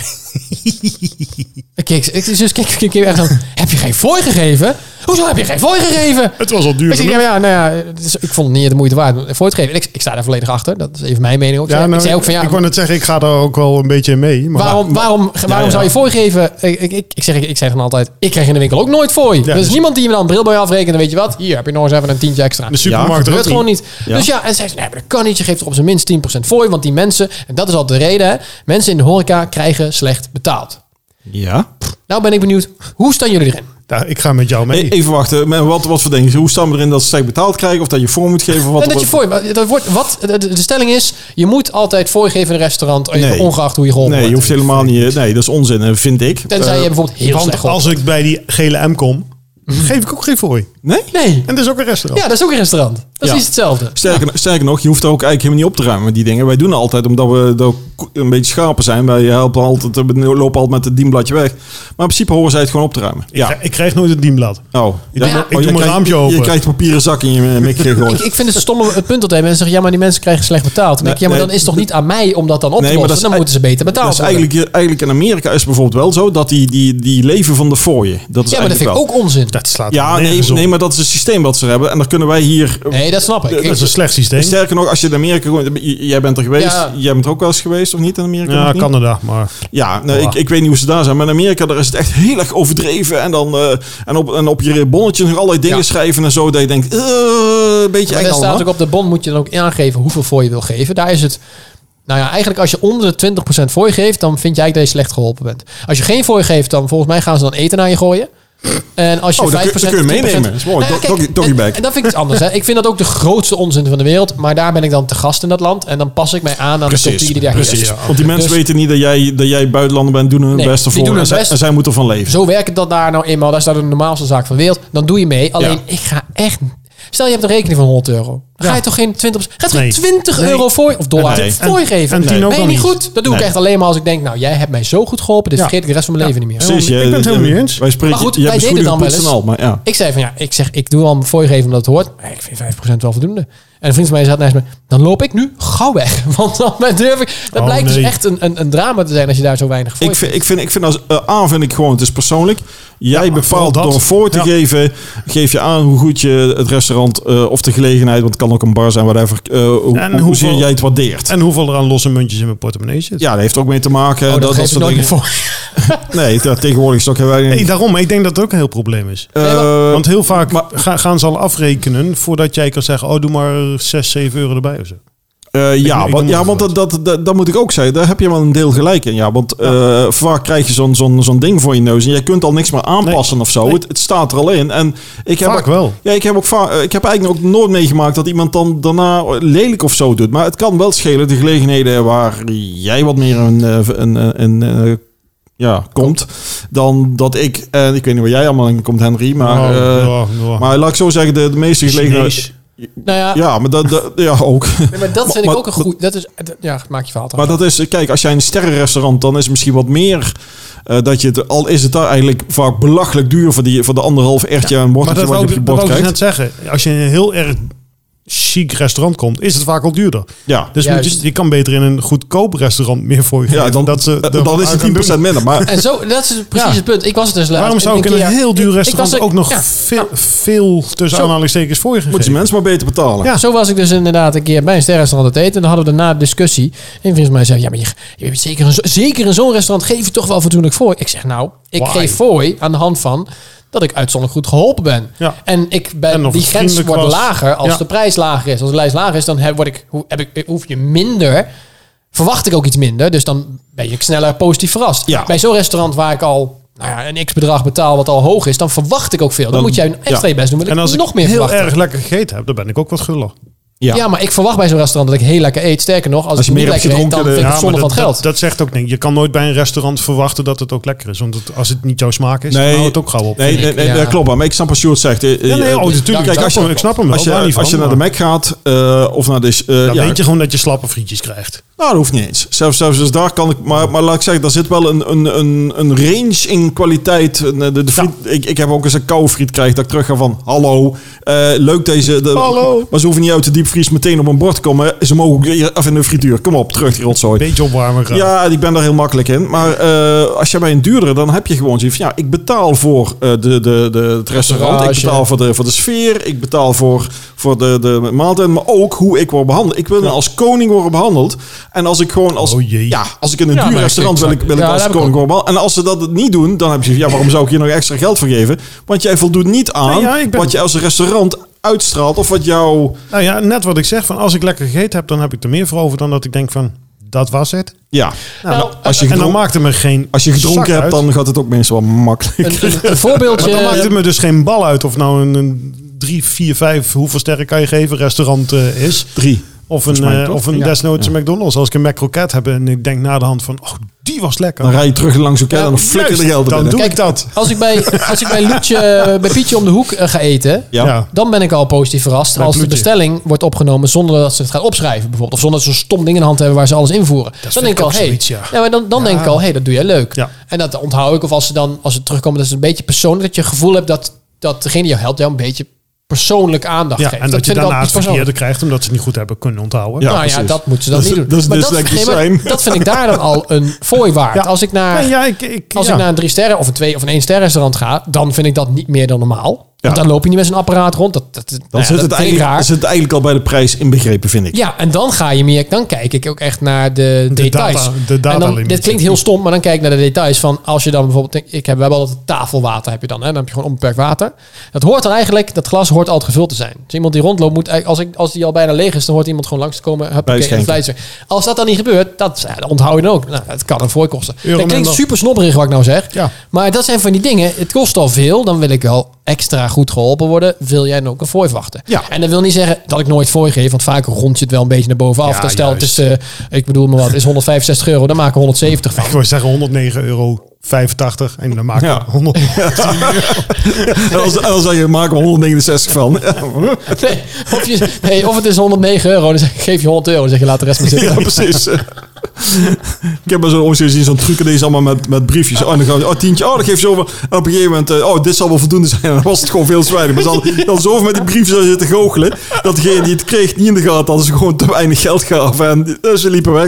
En Kik, ik, de zus keek keek Kip echt aan, heb je geen voor gegeven? Hoezo heb je geen voor gegeven?
Het was al
Ik
duur.
zeg, ja, ja, nou ja, het is- ik vond het niet de moeite waard om voor te geven. En Ik, ik sta daar volledig achter, dat is even mijn mening ook. ik zei ook van, ja,
nou, ik wou net zeggen, ik ga daar ook wel een beetje in mee. Maar
waarom, waarom, waarom
ja.
zou je voorgeven? Ik, ik, ik, ik zeg, ik, ik zeg dan altijd, ik krijg in de winkel ook nooit voor. er is
dus-
niemand die me dan een bril bij afrekent. Weet je wat? Hier heb je nog eens even een tientje extra.
de supermarkt
Dat
er
gebeurt
ook
gewoon
niet.
niet.
Dus- Ja.
Dus ja, en zei ze, nee, maar dat kan niet. Je geeft er op zijn minst 10% voor. Want die mensen, en dat is altijd de reden, hè, mensen in de horeca krijgen slecht betaald.
ja.
Nou ben ik benieuwd, hoe staan jullie erin?
Nou, ik ga met jou mee.
E- Even wachten. Maar wat, wat voor dingen? Hoe staan we erin dat ze slecht betaald krijgen? Of dat je voor moet geven? Of wat
en dat je
wat-
voor, maar dat wordt, wat, de, de- de stelling is, je moet altijd voorgeven in een restaurant, eh,
Nee.
ongeacht hoe je geholpen
Nee, je
wordt.
hoeft helemaal niet... Nee, dat is onzin, eh, vind ik.
Tenzij
Eh,
je bijvoorbeeld heel slecht Mhm.
Want
geholpen
als ik bij die gele M kom, geef ik ook geen fooi.
Nee?
Nee,
En dat is ook een restaurant.
ja, dat is ook een restaurant. Dat is
Ja.
precies hetzelfde.
Sterker, sterker nog, je hoeft er ook eigenlijk helemaal niet op te ruimen, die dingen. Wij doen altijd, omdat we dat ook een beetje schapen zijn. Wij helpen altijd, we lopen altijd met het dienbladje weg. Maar in principe horen zij het gewoon op te ruimen.
Ik, krijg, ik krijg nooit het dienblad.
Oh.
doe- ik doe
je
mijn
krijgt-
raampje open.
Je krijgt een papieren zak in je mik gegooid.
Ik, ik vind het stom om het punt op te hebben en zeggen, ja, maar die mensen krijgen slecht betaald. Dan denk ik, ja, maar
Nee,
dan is het toch
nee.
niet aan mij om dat dan op te
Nee,
lossen.
maar dat is
dan
ei-
moeten ze beter betaald
Dat is
worden.
Dus eigenlijk, eigenlijk in Amerika is het bijvoorbeeld wel zo dat die, die, die leven van de fooien. Dat is
ja, maar dat
eigenlijk
vind ik
wel.
ook onzin.
Dat slaat
Ja, nee,
nergens op.
nee, maar maar dat is het systeem wat ze hebben. En dan kunnen wij hier... eh,
Nee, dat snap ik.
Dat
Dat is een slecht systeem.
Sterker nog, als je in Amerika... gewoon- j- Jij bent er geweest.
Ja.
Jij bent er ook wel eens geweest, of niet, in Amerika?
Ja,
Of niet?
Canada, maar
Ja, nee,
Ja.
ik, ik weet niet hoe ze daar zijn. Maar in Amerika daar is het echt heel erg overdreven. En, dan, eh, en, op, en op je bonnetje nog allerlei dingen
Ja.
schrijven en zo. Dat je denkt, eh, een beetje
Maar daar
eng
staat ook
allemaal.
op de bon moet je dan ook aangeven hoeveel voor je wil geven. Daar is het. Nou ja, eigenlijk als je onder de 20% voor je geeft, dan vind jij dat je slecht geholpen bent. Als je geen voor je geeft, dan volgens mij gaan ze dan eten naar je gooien. En als je
Oh, dat kun-
5%
dat kun
10%
je meenemen. Dat is mooi.
Nou ja,
Do-
kijk,
doggy- doggybag.
En, en dat vind ik iets anders. Hè. Ik vind dat ook de grootste onzin van de wereld. Maar daar ben ik dan te gast in dat land. En dan pas ik mij aan aan de
Precies,
cultuur die daar
precies.
heerst.
Want die mensen
Dus-
weten niet dat jij, dat jij buitenlander bent, doen hun
Nee,
best
die
ervoor.
doen hun
en, zij,
best.
en zij moeten van leven.
Zo werkt dat daar nou eenmaal. Dat is daar de normaalste zaak van de wereld. Dan doe je mee. Alleen
Ja.
ik ga echt. Stel je hebt een rekening van 100 euro. Dan ga je toch geen 20, ga je toch geen
Nee.
20
Nee.
euro voor of dollar
Nee.
voor je geven?
en tien ook
ben
nog
je niet
niet.
goed? Dat doe ik
Nee.
echt alleen maar als ik denk, nou jij hebt mij zo goed geholpen. Dit
Ja.
vergeet ik de rest van mijn leven niet meer.
Precies,
ik
jij-
ben het helemaal niet eens.
Wij spreken,
Maar goed,
je hebt
wij
een
deden
schoenen
dan wel
gepoetst en
eens.
al, maar ja.
Ik zei van ja, ik zeg, ik doe al voor je geven omdat het hoort. Maar ik vind 5% wel voldoende. En een vriend van mij zat naast me, dan loop ik nu gauw weg. Want dan durf ik. Dat
Oh,
blijkt
nee.
dus echt een, een, een drama te zijn als je daar zo weinig voor
Ik
hebt.
vind, ik vind, ik vind als eh, aan vind ik gewoon, het is persoonlijk. Jij bepaalt
vooral dat.
door voor te
Ja.
geven, geef je aan hoe goed je het restaurant eh, of de gelegenheid, want het kan ook een bar zijn, whatever, eh hoe,
En
hoe,
hoeveel-
jij het waardeert.
En hoeveel er aan losse muntjes in mijn portemonnee zit.
ja, dat heeft ook mee te maken.
Oh, dat
dat, dat
geef ik
soort
nooit meer
dingen.
voor.
Nee, ja, tegenwoordig is het ook heel weinig.
Nee, daarom. Maar ik denk dat het ook een heel probleem is.
Eh,
Want heel vaak ga- gaan ze al afrekenen voordat jij kan zeggen... oh, doe maar 6, 7 euro erbij of zo.
Eh, ja,
ik
want,
noem
ja,
het
want dat, dat, dat, dat moet ik ook zeggen. Daar heb je wel een deel gelijk in. Ja, want eh, vaak krijg je zo'n zo'n zo'n ding voor je neus. En jij kunt al niks meer aanpassen of zo.
Nee.
Het, het staat er al in. En ik heb
Vaak
ook-
wel.
Ja, ik heb, ook va- eh, ik heb eigenlijk ook nooit meegemaakt dat iemand dan daarna lelijk of zo doet. Maar het kan wel schelen. De gelegenheden waar jij wat meer een, eh, een, een, een, eh, ja, komt. Dan dat ik. En ik weet niet waar jij allemaal in komt, Henry. Maar,
Oh,
eh,
ja, ja.
maar laat ik zo zeggen, de, de meeste
Chinees.
gelegenheden.
Nou ja,
Ja, maar dat, dat, ja, ook.
nee, maar dat vind
Maar-
ik ook een goed. Dat is, ja, maak je verhaal. af.
Maar dat is, kijk, als jij in een sterrenrestaurant, dan is het misschien wat meer eh, dat je het, al is het daar eigenlijk vaak belachelijk duur voor, die, voor de anderhalf ertje en
Maar
worteltje
dat wou,
wat je op je
ik- dat
bord
wou ik dus
krijgt.
net zeggen. Als je in een heel erg chic restaurant komt, is het vaak al duurder.
Ja.
Dus
Juist.
moet je, je kan beter in een goedkoop restaurant meer voor je
Ja,
geven,
dan,
dat ze
eh,
er
dan is
uit
het
gaan
10% minder. Maar
En zo, dat is precies
Ja.
het punt. Ik was het dus laatst.
Waarom zou ik in een
keer-
heel duur
ik- ik
restaurant
was er-
ook nog
ja,
veel, veel tussen
Zo.
aanhalingstekens voor je gegeven?
moet je mensen maar beter betalen.
Ja.
Zo was ik dus inderdaad een keer bij een sterrenrestaurant aan het eten. En dan hadden we daarna een discussie. En een vriend van mij zei, ja, maar je, je weet zeker, in zo- zeker in zo'n restaurant geef je toch wel voldoende voor. Ik zeg, nou, ik
Why?
geef voor aan de hand van dat ik uitzonderlijk goed geholpen ben.
Ja.
En ik ben,
En of
die
het
grens
vriendelijk
wordt
was.
lager als
Ja.
de prijs lager is. Als de lijst lager is, dan heb, word ik, hoe- heb ik, hoef je minder... Verwacht ik ook iets minder. Dus dan ben je sneller positief verrast.
Ja.
Bij zo'n restaurant waar ik al nou ja, een x-bedrag betaal wat al hoog is... dan verwacht ik ook veel. Dan,
Dan-
moet jij een extra
ja.
je best doen. want
En
ik
als ik
nog meer
heel
verwachten.
erg lekker gegeten heb, dan ben ik ook wat guller.
Ja.
Ja. maar ik verwacht bij zo'n restaurant dat ik heel lekker eet. Sterker nog, als,
Als je
ik niet
meer hebt
lekker eet, dan
gedronken,
vind ik
eh,
het zonde
dat,
van het geld.
Dat, dat zegt ook niks. Je kan nooit bij een restaurant verwachten dat het ook lekker is. Want het- als het niet jouw smaak is, dan houdt Nou, het ook gauw op.
Nee, nee, nee,
Ja.
dat klopt. Maar ik snap wat Sjoerd zegt. Eh, eh,
Ja, nee, oh,
eh,
natuurlijk.
Kijk, als je,
ik snap hem wel.
als
daar
je,
niet
als je
van,
naar de
maar
Mac gaat eh, of naar de... eh,
Dan
ja,
weet je gewoon dat je slappe frietjes krijgt.
Nou, dat hoeft niet eens. Zelfs, zelfs dus daar kan ik. Maar, maar laat ik zeggen, daar zit wel een, een, een, een range in kwaliteit. Een, De, de friet, ik, ik heb ook eens een koude friet krijg dat ik terug ga van hallo. eh, leuk deze. De,
Hallo.
Maar ze hoeven niet uit de diepvries meteen op een bord te komen. Ze mogen ook hier even in de frituur. Kom op, terug die rotzooi.
Beetje opwarmen. graag.
Ja, ik ben daar heel makkelijk in. Maar eh, als je bij een duurdere, dan heb je gewoon zoiets van... Ja, ik betaal voor eh, de, de, de, het restaurant. Ik
Entourage.
betaal voor de, voor de sfeer. Ik betaal voor, voor de, de maaltijd. Maar ook hoe ik word behandeld. Ik wil als koning worden behandeld. En als ik gewoon als...
Oh jee.
Ja, als ik in een
Ja,
duur
maar
restaurant
ik-
wil, ik, wil ik
Ja,
als
dat heb ik
koning worden behandeld. En als ze dat niet doen, dan heb je zoiets van... Ja, waarom zou ik hier nog extra geld voor geven? Want jij voldoet niet aan
Nee, ja, ik ben-
wat je als restaurant uitstraalt. Of wat jouw...
Nou ja, net wat ik zeg. Van als ik lekker gegeten heb, dan heb ik er meer voor over dan dat ik denk van, dat was het.
Ja,
Nou,
Nou,
als je
en dan
gedronken,
maakt het me geen
als je gedronken
zak
hebt,
uit.
dan gaat het ook meestal wel makkelijk.
Een,
Maar
een, een
dan maakt het
voorbeeldje...
me dus geen bal uit of nou een, een drie, vier, vijf, hoeveel sterren kan je geven restaurant eh, is.
Drie.
Of een,
Volgens mij
eh,
toch?
of een
Ja.
desnoods een McDonald's. Als ik een McCroket heb en ik denk na de hand van, oh, die was lekker.
Dan rij je terug langs elkaar en dan
Juist,
flikker de geld
Dan
erin.
doe
Kijk,
ik dat.
Als ik bij, als ik bij, Loetje, bij Pietje om de hoek eh, ga eten...
Ja.
Ja.
Dan ben ik al positief verrast
Bij
als de
Loetje.
bestelling wordt opgenomen zonder dat ze het gaan opschrijven bijvoorbeeld. Of zonder dat ze een stom ding in de hand hebben waar ze alles invoeren. dan
vind
denk
ik
ik al,
ook
hey,
zoiets, ja.
ja, maar dan, dan denk ik al, hey, dat doe jij leuk.
Ja.
En dat onthoud ik. Of als ze dan, als ze terugkomen, dat is een beetje persoonlijk. Dat je het gevoel hebt dat, dat degene die jou helpt jou een beetje persoonlijk aandacht
Ja,
geeft.
en dat je
vind ik
daarna
altijd
het
iets persoonlijks.
verkeerde krijgt omdat ze het niet goed hebben kunnen onthouden.
Ja.
nou ja,
precies. Dus
dat moeten ze dan
Dat is-
niet doen.
dat is
Maar
dyslectisch
nee, maar
zijn.
dat vind ik daar dan al een voorwaarde.
Ja.
Als ik naar,
Nee, ja, ik, ik,
als
ja.
ik naar een drie sterren of een twee of een één sterren restaurant ga, dan vind ik dat niet meer dan normaal. Want dan loop je niet met zo'n apparaat rond. Dat, nou dat,
Dan zit, het eigenlijk, zit het eigenlijk al bij de prijs inbegrepen, vind ik.
Ja, en dan ga je meer. Dan kijk ik ook echt naar de,
De
details.
data- de data
en dan,
limit.
dit klinkt heel stom, maar dan kijk ik naar de details van als je dan bijvoorbeeld. denk Ik heb, we hebben altijd tafelwater, heb je dan. Hè? Dan heb je gewoon onbeperkt water. Dat hoort dan eigenlijk. Dat glas hoort altijd gevuld te zijn. Dus iemand die rondloopt moet. eigenlijk- Als, ik, als die al bijna leeg is, dan hoort iemand gewoon langs te komen. huppakee,
Bijschenken.
en fluiten. Als dat dan niet gebeurt, dat, ja, dat onthoud je dan ook. Nou, het kan een voorkosten.
Euro
dat klinkt
minder.
super snobberig wat ik nou zeg.
Ja.
Maar dat zijn van die dingen. Het kost al veel. Dan wil ik wel extra goed geholpen worden. Wil jij dan ook een fooi wachten?
Ja.
En dat wil niet zeggen dat ik nooit fooi geef. Want vaak rond je het wel een beetje naar bovenaf.
Ja,
dan stel het is,
juist.
eh, ik bedoel maar wat, is 165 euro. Dan maken we 170 van.
Ik wil zeggen 109,85 euro. en dan maak ik
Ja.
100.
En als, en als je maakt er 169 van.
Nee, of, je, nee, of het is 109 euro. Dan zeg ik, geef je 100 euro. Dan zeg je, laat de rest maar zitten. Nou
Ja, precies. ik heb maar zo ooit gezien, zo'n truc en deze allemaal met, met briefjes. Oh, en dan gaan we, oh, tientje, oh, dat geeft zo. wel. En op een gegeven moment, eh, oh, dit zal wel voldoende zijn. En dan was het gewoon veel te weinig. Maar ze hadden- dan zo met die briefjes aan zitten goochelen. Dat degene die het kreeg niet in de gaten had, ze gewoon te weinig geld gaven. En die- eh, ze liepen weg.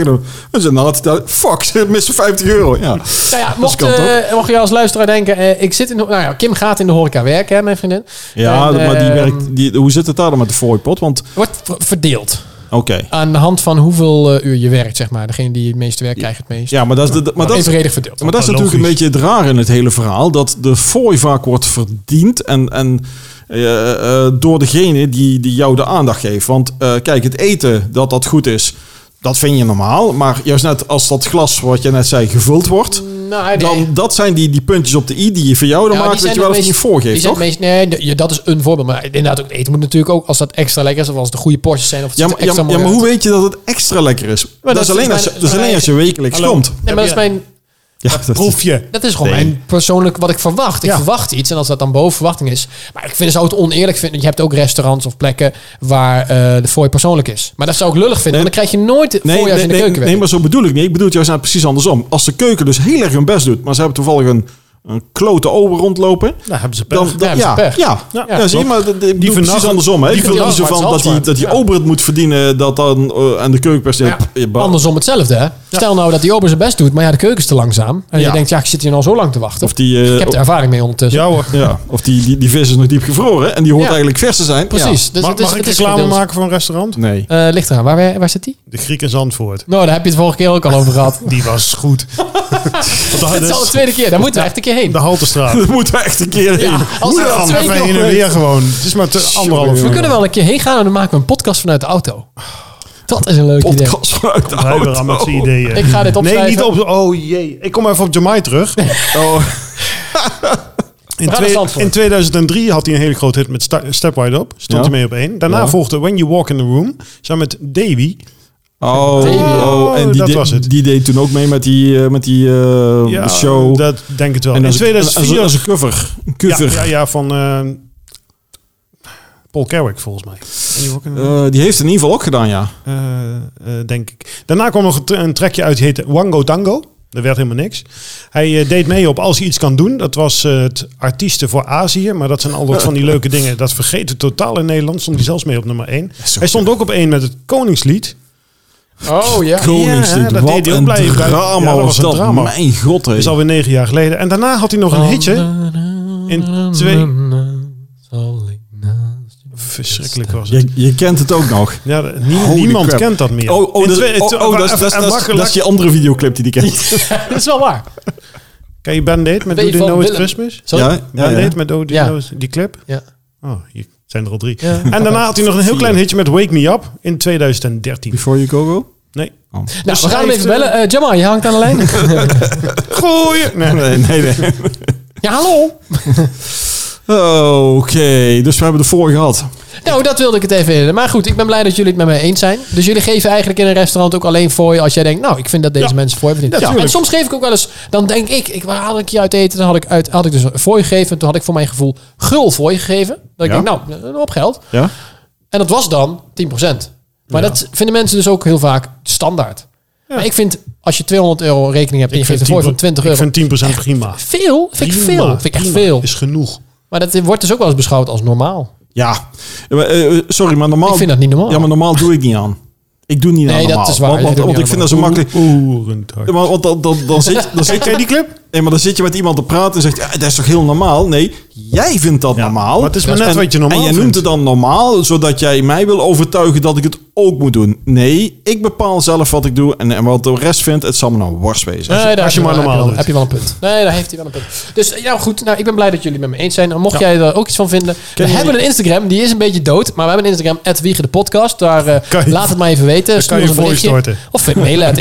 En ze hadden tijd, fuck, ze missen 50 euro. Ja.
Nou ja,
Dat
mocht,
kan toch?
eh, mocht je als luisteraar denken, eh, ik zit in de, nou ja, Kim gaat in de horeca werken, hè, mijn vriendin.
Ja,
En,
maar die
ehm,
werkt, die, hoe zit het daar dan met de fooipot? Want,
Wordt ver- verdeeld
oké.
aan de hand van hoeveel eh, uur je werkt, zeg maar. Degene die het meeste werkt, krijgt het meest.
Ja, maar dat is, de, maar dat is
Evenredig verdeeld.
Maar dat is
Wel
natuurlijk een
logisch.
beetje het raar in het hele verhaal. Dat de fooi vaak wordt verdiend en, en eh, eh, door degene die, die jou de aandacht geeft. Want eh, kijk, het eten, dat dat goed is, dat vind je normaal. Maar juist net als dat glas, wat je net zei, gevuld wordt...
Nou, nee.
Dan, dat zijn die, die puntjes op de i die je voor jou dan
Nou,
maakt
die
dat je
zijn
wel
het
of niet
meest- die
voorgeeft,
zijn
toch?
het meest, nee, de- ja, dat is een voorbeeld. Maar inderdaad, ook het eten moet natuurlijk ook, als dat extra lekker is, of als het de goede porties zijn, of het
Ja,
ziet
maar,
er
ja,
extra
maar- ja,
mooi
maar hoe
uit.
weet je dat het extra lekker is?
dat
dat, is
is
alleen,
mijn-
als, je- dat is alleen
mijn-
als je wekelijks
Hallo.
komt.
Nee, maar dat is mijn...
Ja, dat-
Proefje.
Dat is gewoon
Nee.
mijn persoonlijk wat ik verwacht. Ik
Ja.
verwacht iets en als dat dan boven verwachting is. Maar ik vind het ook oneerlijk vinden. Je hebt ook restaurants of plekken waar eh, de fooi persoonlijk is. Maar dat zou ik lullig vinden, want dan krijg je nooit
Nee,
voorjaars
nee,
in de
nee,
keuken.
nee, maar zo bedoel ik niet. Ik bedoel het juist nou precies andersom. Als de keuken dus heel erg hun best doet, maar ze hebben toevallig een, een klote ober rondlopen.
Nou, hebben ze
Dan,
pech.
dan-
Ja,
ja,
hebben ze
ja,
pech.
ja,
Ja,
zie je, maar de- de- ik bedoel precies
vannacht-
andersom. Hè? Ik
die
bedoel niet zo
vannacht
van
maar
dat
het
die,
zwart.
dat die ober het moet verdienen, dat dan eh, en de keukenpersoneel...
Ja,
Ja, bah.
Andersom hetzelfde, hè? Stel nou dat die ober zijn best doet, maar ja, de keuken is te langzaam. En je
Ja.
denkt, ja, ik zit hier nou zo lang te wachten.
Of die, eh,
ik heb er ervaring mee ondertussen.
Ja hoor.
ja, of die, die, die vis is nog diep gevroren en die hoort
Ja.
eigenlijk vers te zijn.
Precies.
Ja.
Dus
mag,
het is,
mag ik
het is
reclame
verdeeld.
maken voor een restaurant?
Nee.
Eh, ligt eraan. Waar, waar, waar zit die?
De Griek in Zandvoort.
Nou, daar heb je het vorige keer ook al over gehad.
Die was goed. Want daar- dus
Het is al de tweede keer. Daar moeten we echt een keer heen.
De Haltestraat.
Dat moeten we echt een keer heen.
Ja, als we dat
Dan
twee
even
keer
heen en
op-
weer gewoon. Het is maar te anderhalf
We
uur.
kunnen wel een keer heen gaan en dan maken we een podcast vanuit de auto. Dat is een leuk idee.
Podcast vanuit de
Wij weer aan met z'n
auto.
ideeën.
Ik ga dit opschrijven.
Nee, niet op... Oh jee. Ik kom even op Jamai terug.
Oh,
In,
naar
twee-
Zandvoort.
in 2003 had hij een hele grote hit met Sta- Step Wide Up. Stond hij
Ja.
mee op één. Daarna
Ja.
volgde When You Walk in the Room. Samen met Davy.
oh, oh, en die,
dat
deed-
was het.
die deed toen ook mee met die, eh, met die eh, show.
Dat denk ik wel.
En
in
als een- als
2004...
een- als een cover. Een
ja,
cover.
ja, ja, van... eh, Paul Carrick volgens mij. When You Walk in the Room.
Eh, die heeft het in ieder geval ook gedaan, ja.
Eh, eh, denk ik. Daarna kwam nog een, tr- een trekje uit, die heette Wango Tango. Dat werd helemaal niks. Hij eh, deed mee op Als je iets kan doen. Dat was eh, het artiesten voor Azië. Maar dat zijn altijd van die leuke dingen. Dat vergeten we totaal in Nederland. Stond hij zelfs mee op nummer 1.
Zo.
Hij stond ook op 1 met het Koningslied.
Oh ja.
Koningslied.
Ja, dat
Wat
deed hij ook
een
blij-
drama
Ja, dat was
was
een
dat.
drama.
Mijn god, hé.
Dat is alweer negen jaar geleden. En daarna had hij nog een hitje. In twee- Verschrikkelijk was het.
Je, je kent het ook nog.
Ja, de- nie-
Holy
niemand
crap.
kent dat meer.
Oh, oh,
In
dat,
twee-
oh, oh, dat, is-
even-
dat, is-
en
dat is-
makkelijk-
dat is die andere videoclip die die kent.
Dat is wel waar.
Ken je Band Aid met
Ben
Do
je
You
van
Know It's
Willem?
Christmas?
Sorry?
Band Aid met Do You
Ja.
Know It's- Die clip?
Ja. Nou,
Oh, hier zijn er al drie.
Ja.
En daarna had hij nog een heel klein hitje met Wake Me Up in 2013.
Before You Go Go?
Nee.
Nou, we gaan hem
hij
even
heeft,
bellen. Eh Jamal, je hangt aan de lijn.
Goeie! Nee.
Nee, nee, nee.
ja, hallo.
Oké, dus we hebben de voor gehad.
Nou, dat wilde ik het even in. Maar goed, ik ben blij dat jullie het met mij eens zijn. Dus jullie geven eigenlijk in een restaurant ook alleen fooi als jij denkt, nou, ik vind dat deze
Ja.
mensen fooi verdienen.
Ja, tuurlijk.
En soms geef ik ook wel eens, dan denk ik, ik waar had ik je uit eten, dan had ik, uit, had ik dus een fooi gegeven. En toen had ik voor mijn gevoel gul fooi gegeven. Dat ik
Ja.
denk, nou, een hoop geld.
Ja?
En dat was dan 10%. Maar dat vinden mensen dus ook heel vaak standaard. Maar ik vind, als je 200 euro rekening hebt en je geeft een fooi van 20 euro.
Ik vind 10% prima.
veel, vind ik
Prima,
veel. Vind ik echt
prima.
veel.
Is genoeg.
Maar dat wordt dus ook wel eens beschouwd als normaal.
Ja. Ja, maar, eh, sorry, maar normaal...
Ik vind dat niet normaal.
Ja, maar normaal doe ik niet aan. Ik doe niet
Nee,
aan
dat
normaal.
is waar.
Want,
Jij
want,
doet
want
niet
ik
aan
vind dat zo makkelijk...
Oerend hard.
Ja, maar want dan, dan, dan zit, dan zit
Ken je die clip?
Nee, maar dan zit je met iemand te praten en zegt, ja, dat is toch heel normaal? Nee, jij vindt dat
Ja,
normaal.
maar het is maar
En-
net wat je normaal
En jij noemt
vindt.
het dan normaal, zodat jij mij wil overtuigen dat ik het ook moet doen. Nee, ik bepaal zelf wat ik doe en, en wat de rest vindt, het zal me nou worst wezen.
Nee, daar
als je
heb
maar
wel-
normaal
heb je, wel, heb je wel een punt. Nee, daar heeft hij wel een punt. Dus eh, nou goed, nou, ik ben blij dat jullie het met me eens zijn. En mocht jij er ook iets van vinden. we
je-
hebben een Instagram, die is een beetje dood. Maar we hebben een Instagram, Wiegen de Podcast. Daar eh,
Kan je-
laat het maar even weten.
kan
Stuur
je
ons een
voor je
berichtje.
storten.
Of mailen at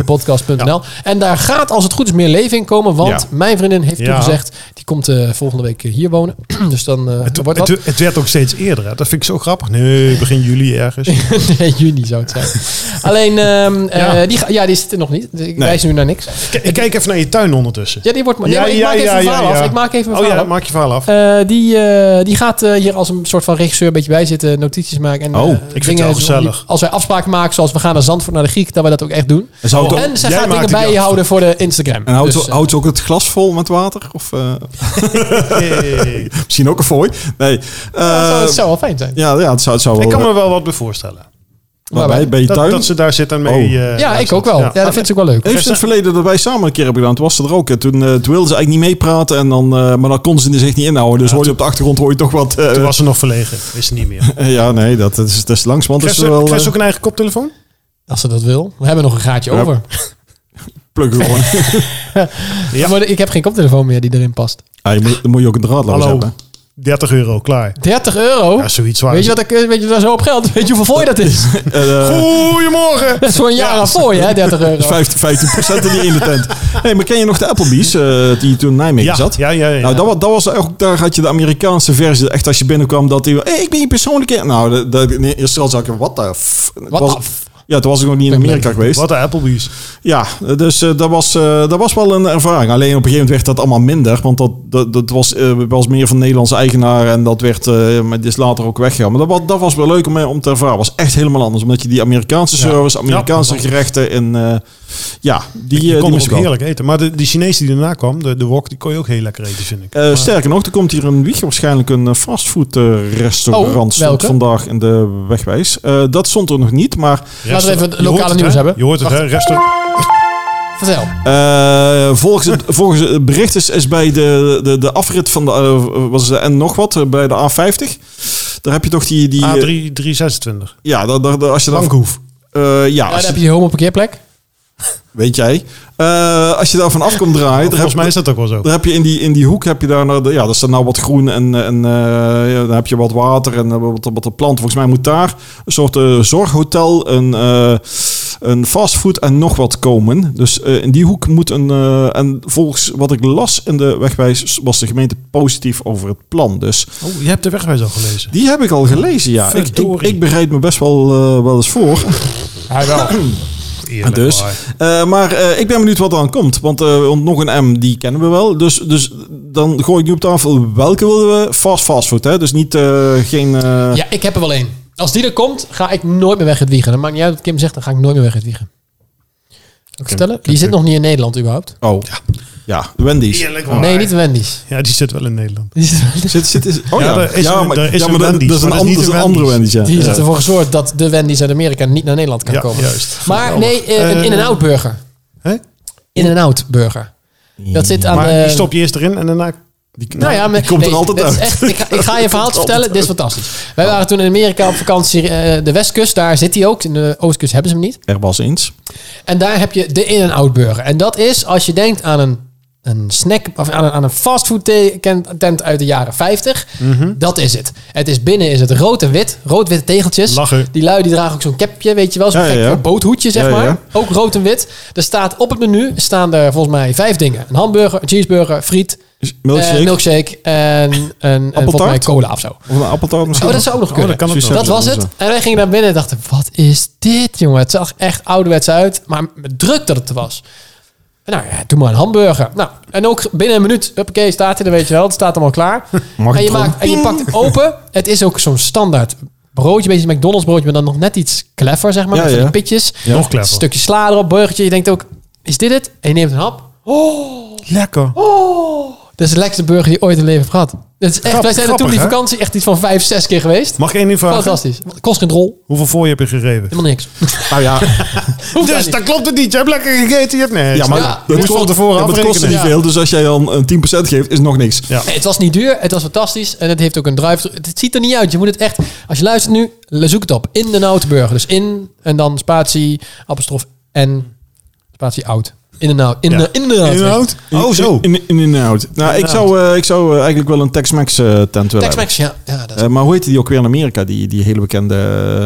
info.wiegendepodcast.nl. En daar gaat, als het goed is, meer leven in komen. Want
Ja.
mijn vriendin heeft
Ja.
toegezegd, die komt eh, volgende week hier wonen. dus dan eh,
Het,
wordt wat.
het, het werd ook steeds eerder. hè. Dat vind ik zo grappig. Nee, begin juli ergens.
nee, juni zou het zijn. Alleen, ehm, eh,
Ja.
die, ga- ja, die zit er nog niet. Dus ik
Nee.
wijs nu naar niks.
K- ik kijk even naar je tuin ondertussen.
Ja, die wordt... maar- Nee, maar ik maak even een verhaal af. Ik maak even een
Oh
verhaal
ja,
af.
maak je verhaal af.
Eh, die, eh, die gaat eh, hier als een soort van regisseur een beetje bij zitten, notities maken. En,
Oh,
eh,
ik
vind
dingen
het wel
doen.
gezellig.
Als wij afspraken maken, zoals we gaan naar Zandvoort naar de Griek, dat wij dat ook echt doen.
En zou ik ook-
en ze
jij
gaat dingen
maakt die
bij je
afspraak.
houden voor de Instagram.
en houdt,
Dus,
ze-
eh,
houdt ze ook het glas vol met water? Of eh,
Hey.
misschien ook een fooi? Nee.
dat zou,
Eh,
dat zou wel fijn zijn.
ja, ja, het zou, het zou wel...
Ik kan me wel wat bij voorstellen.
waarbij, bij je
Dat,
tuin?
dat ze daar zit en mee...
Oh.
eh,
ja, ik
luistert.
ook wel. Ja,
Ja.
dat vind ik ook wel leuk.
Heeft ze in het verleden dat wij samen een keer hebben gedaan. Toen was ze er ook. En Toen, eh, toen wilde ze eigenlijk niet meepraten. En dan, eh, maar dan kon ze zich niet inhouden. Dus hoor je op de achtergrond hoor je toch wat... eh,
Toen was ze nog verlegen. Wist ze niet meer.
eh, ja, nee, dat, dat is, dat is langs. Want dat
Krijgt
is
ze,
wel...
krijgt
eh,
ze ook een eigen koptelefoon?
Als ze dat wil. We hebben nog een gaatje
Ja.
over.
plug gewoon.
Ja.
Maar ik heb geen koptelefoon meer die erin past.
ja, je moet, dan moet je ook een draadloos
Hallo.
hebben.
30 euro, klaar.
30 euro?
Ja, zoiets waar.
weet, je wat, ik- eh, weet je wat daar zo op geld? Weet je hoeveel voor je dat is?
Eh, eh,
Goedemorgen!
Dat is voor een jaar aan voor je, hè, 30 euro.
dus 15, 15 die in de tent. Hey, maar ken je nog de Applebee's eh, die toen in Nijmegen
Ja,
zat?
ja, ja. ja.
Nou, dat, wa- dat was eigenlijk, daar had je de Amerikaanse versie. Echt als je binnenkwam, dat hij... Hey, ik ben je persoonlijke... Nou, dat, dat, in de eerste al zag ik... Wat de... f-
Wat
was-
de f-
Ja, toen was ik nog niet in Amerika geweest.
Wat de Applebee's.
Ja, dus eh, dat, was, eh, dat was wel een ervaring. Alleen op een gegeven moment werd dat allemaal minder. Want dat, dat, dat was, eh, was meer van Nederlandse eigenaar. En dat werd eh, maar dit is later ook weggegaan. Maar dat, wa- dat was wel leuk om, eh, om te ervaren. was echt helemaal anders. Omdat je die Amerikaanse service, Amerikaanse
Ja.
gerechten. En eh, ja, die,
Je
eh, die
kon
moest
ook
ik wel.
heerlijk eten. Maar de, die Chinees die erna kwam, de, de wok, die kon je ook heel lekker eten, vind ik.
Eh, sterker nog, er komt hier een weekje waarschijnlijk een eh, fastfood eh, restaurant.
Oh,
stond
welke?
vandaag in de wegwijs. Eh, dat stond er nog niet, maar
Laten we even het
Je hoort
lokale nieuws
hè?
hebben.
Je hoort het, hè? Restaurant.
Vertel.
Eh, volgens, het, volgens het bericht is, is bij de, de, de afrit van de, eh, was de en nog wat, eh, bij de A50. Daar heb je toch die... die eh,
A3, 326.
Ja, daar, daar, daar- als je dan...
Bankhoef.
Eh, ja,
Ja,
als
dan
je-
heb je die homo parkeerplek.
weet jij. Eh, als je daar van af komt draaien, daar heb, Eh.
Volgens mij is dat ook wel zo.
daar heb je in die, in die hoek, heb je daar, naar de, ja, daar staat nou wat groen en, eh, en eh, ja, dan heb je wat water en eh, wat, wat de plant. Volgens mij moet daar een soort eh, zorghotel, een, eh een fastfood en nog wat komen. Dus eh, in die hoek moet een. eh, en volgens wat ik las in de wegwijs, was de gemeente positief over het plan. Dus
Oh, je hebt de wegwijs al gelezen.
die heb ik al gelezen, ja. Ik, ik,
Verdorie.
ik bereid me best wel, eh, wel eens voor.
Hij wel.
Eerlijk
dus-
waar.
Eh, maar eh, ik ben benieuwd wat er aan komt. Want eh, want nog een M, die kennen we wel. Dus, dus dan gooi ik nu op tafel welke willen we? Fast fastfood, hè? Dus niet eh, geen... eh,
Ja, ik heb er wel één. Als die er komt, ga ik nooit meer weg het wiegen. Dat maakt niet uit wat Kim zegt, dan ga ik nooit meer weg het wiegen. Kan ik vertellen? Die zit nog niet in Nederland überhaupt.
Oh, ja. Wendy's.
Eerlijk waar.
Nee, niet Wendy's.
Ja, die zit wel in Nederland.
Die zit,
Zit, zit, is, oh
Ja,
ja,
daar is
ja,
een-
maar,
daar is
ja,
een
maar dat-
Wendy's,
dat is een,
maar dat is
ander-
niet
dat is een
een
andere
Wendy's.
Wendy's, ja.
die
Ja.
heeft ervoor gezorgd dat de Wendy's uit Amerika niet naar Nederland kan
Ja,
komen.
juist.
Maar nee, eh, een
Eh,
in-en-out burger.
Hè?
In en out burger. Dat zit aan
Maar
de...
die stop je eerst erin en daarna...
Nou ja, maar,
die komt er altijd
dit is
uit.
echt- ik, ga- ik ga je een verhaal vertellen. Dit is fantastisch. Wij waren toen in Amerika op vakantie. eh, de Westkust, daar zit hij ook. In de Oostkust hebben ze hem niet.
Er was eens.
En daar heb je de in-en-out burger. En dat is als je denkt aan een, een snack of aan een, aan een fastfood te- ken- tent uit de jaren 50.
Mhm.
Dat is het. Het is binnen is het rood en wit. Rood-witte tegeltjes.
Lachen.
Die lui die dragen ook zo'n capje, weet je wel. Zo'n
Ja, ja,
gek
ja.
boothoedje, zeg
Ja, ja,
maar.
ja.
Ook rood en wit. Er staat op het menu staan er volgens mij vijf dingen. Een hamburger, een cheeseburger, friet,
Milkshake.
eh, milkshake en, en, en volgens mij
Appeltaart?
cola of zo.
Of een appeltaart misschien.
Oh, dat zou ook nog
Oh,
kunnen.
dat kan ook
Precies.
nog.
Dat was het. En wij gingen naar binnen en dachten, wat is dit, jongen? Het zag echt ouderwets uit, maar met druk dat het er was. En nou ja, doe maar een hamburger. Nou, en ook binnen een minuut, huppakee, staat hij er, weet je wel. Het staat allemaal klaar.
Mag
en, je
ik erom?
maakt, en je pakt hem open. Het is ook zo'n standaard broodje, een beetje een McDonald's broodje, maar dan nog net iets clever, zeg maar.
Ja,
met van
ja.
die pitjes.
Nog
Een
clever.
stukje sla erop, burgertje. Je denkt ook, is dit het? En je neemt een hap.
Lekker.
Dat is de lekkerste burger die ooit in leven heeft gehad. Dat is echt,
Grap-
wij zijn er toen
grappig,
die
hè?
vakantie echt iets van vijf, zes keer geweest.
Mag ik één ding vragen?
Fantastisch. Kost geen rol,
Hoeveel voor je heb je gereden?
helemaal niks.
Nou ja,
Hoeft
Dus
dus
dan klopt het niet. Je hebt lekker gegeten. Je hebt nee.
ja maar
Ja,
dat
moest
kost-
van tevoren
ja, maar het kost
afrekenen.
niet veel. Dus als jij dan een 10% geeft, is nog niks.
Ja.
het was niet duur, het was fantastisch en het heeft ook een drive Het ziet er niet uit. Je moet het echt, als je luistert nu, zoek het op. In de Nautenburger. Dus in en dan spatie, apostrof en spatie oud. In de nou, in
Ja.
de in de Nautenburger.
Inhoud? Oh, zo.
In, in, in, inhoud. Nou, ik zou, eh, ik zou eh, eigenlijk wel een Tex-Mex eh, tent willen hebben.
Tex-Mex, ja, ja, dat is-
Eh, maar hoe heette die ook weer in Amerika? Die, die hele bekende...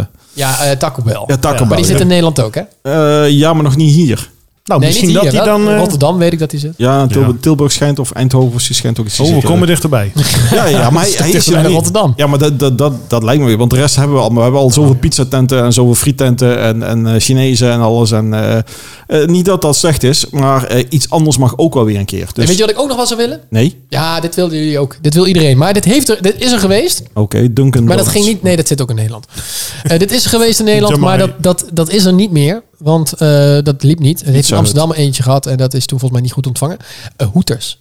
eh,
ja eh, Taco Bell.
ja, Taco
maar
Bell.
die
Ja.
zit in Nederland ook, hè?
Eh, ja, maar nog niet hier.
Nou, misschien
niet
dat
hier,
hij
wel.
dan...
In
eh,
Rotterdam weet ik dat hij zit.
Ja, Tilburg,
Ja.
Tilburg schijnt of Eindhoven schijnt ook iets te
Oh, we
zitten.
komen dichterbij.
dus eh, Ja, ja, maar hij, hij is
tussen
er
mij en
niet.
Rotterdam.
Ja, maar dat, dat, dat, dat lijkt me weer. Want de rest hebben we al. Maar we hebben al zoveel pizzatenten en zoveel friettenten en, en eh, Chinezen en alles. En, eh, eh, niet dat dat slecht is, maar eh, iets anders mag ook wel weer een keer.
En
Dus,
weet je wat ik ook nog wel zou willen?
Nee?
Ja, dit wilden jullie ook. Dit wil iedereen. Maar dit, heeft er, dit is er geweest.
Oké, Duncan
Maar dat
Donuts.
ging niet. Nee, dat zit ook in Nederland. Eh, dit is er geweest in Nederland, maar
Jamai.
dat, dat, dat is er niet meer. Want eh, dat liep niet. Er heeft
zo
in Amsterdam eentje gehad en dat is toen volgens mij niet goed ontvangen. Eh, hoeters.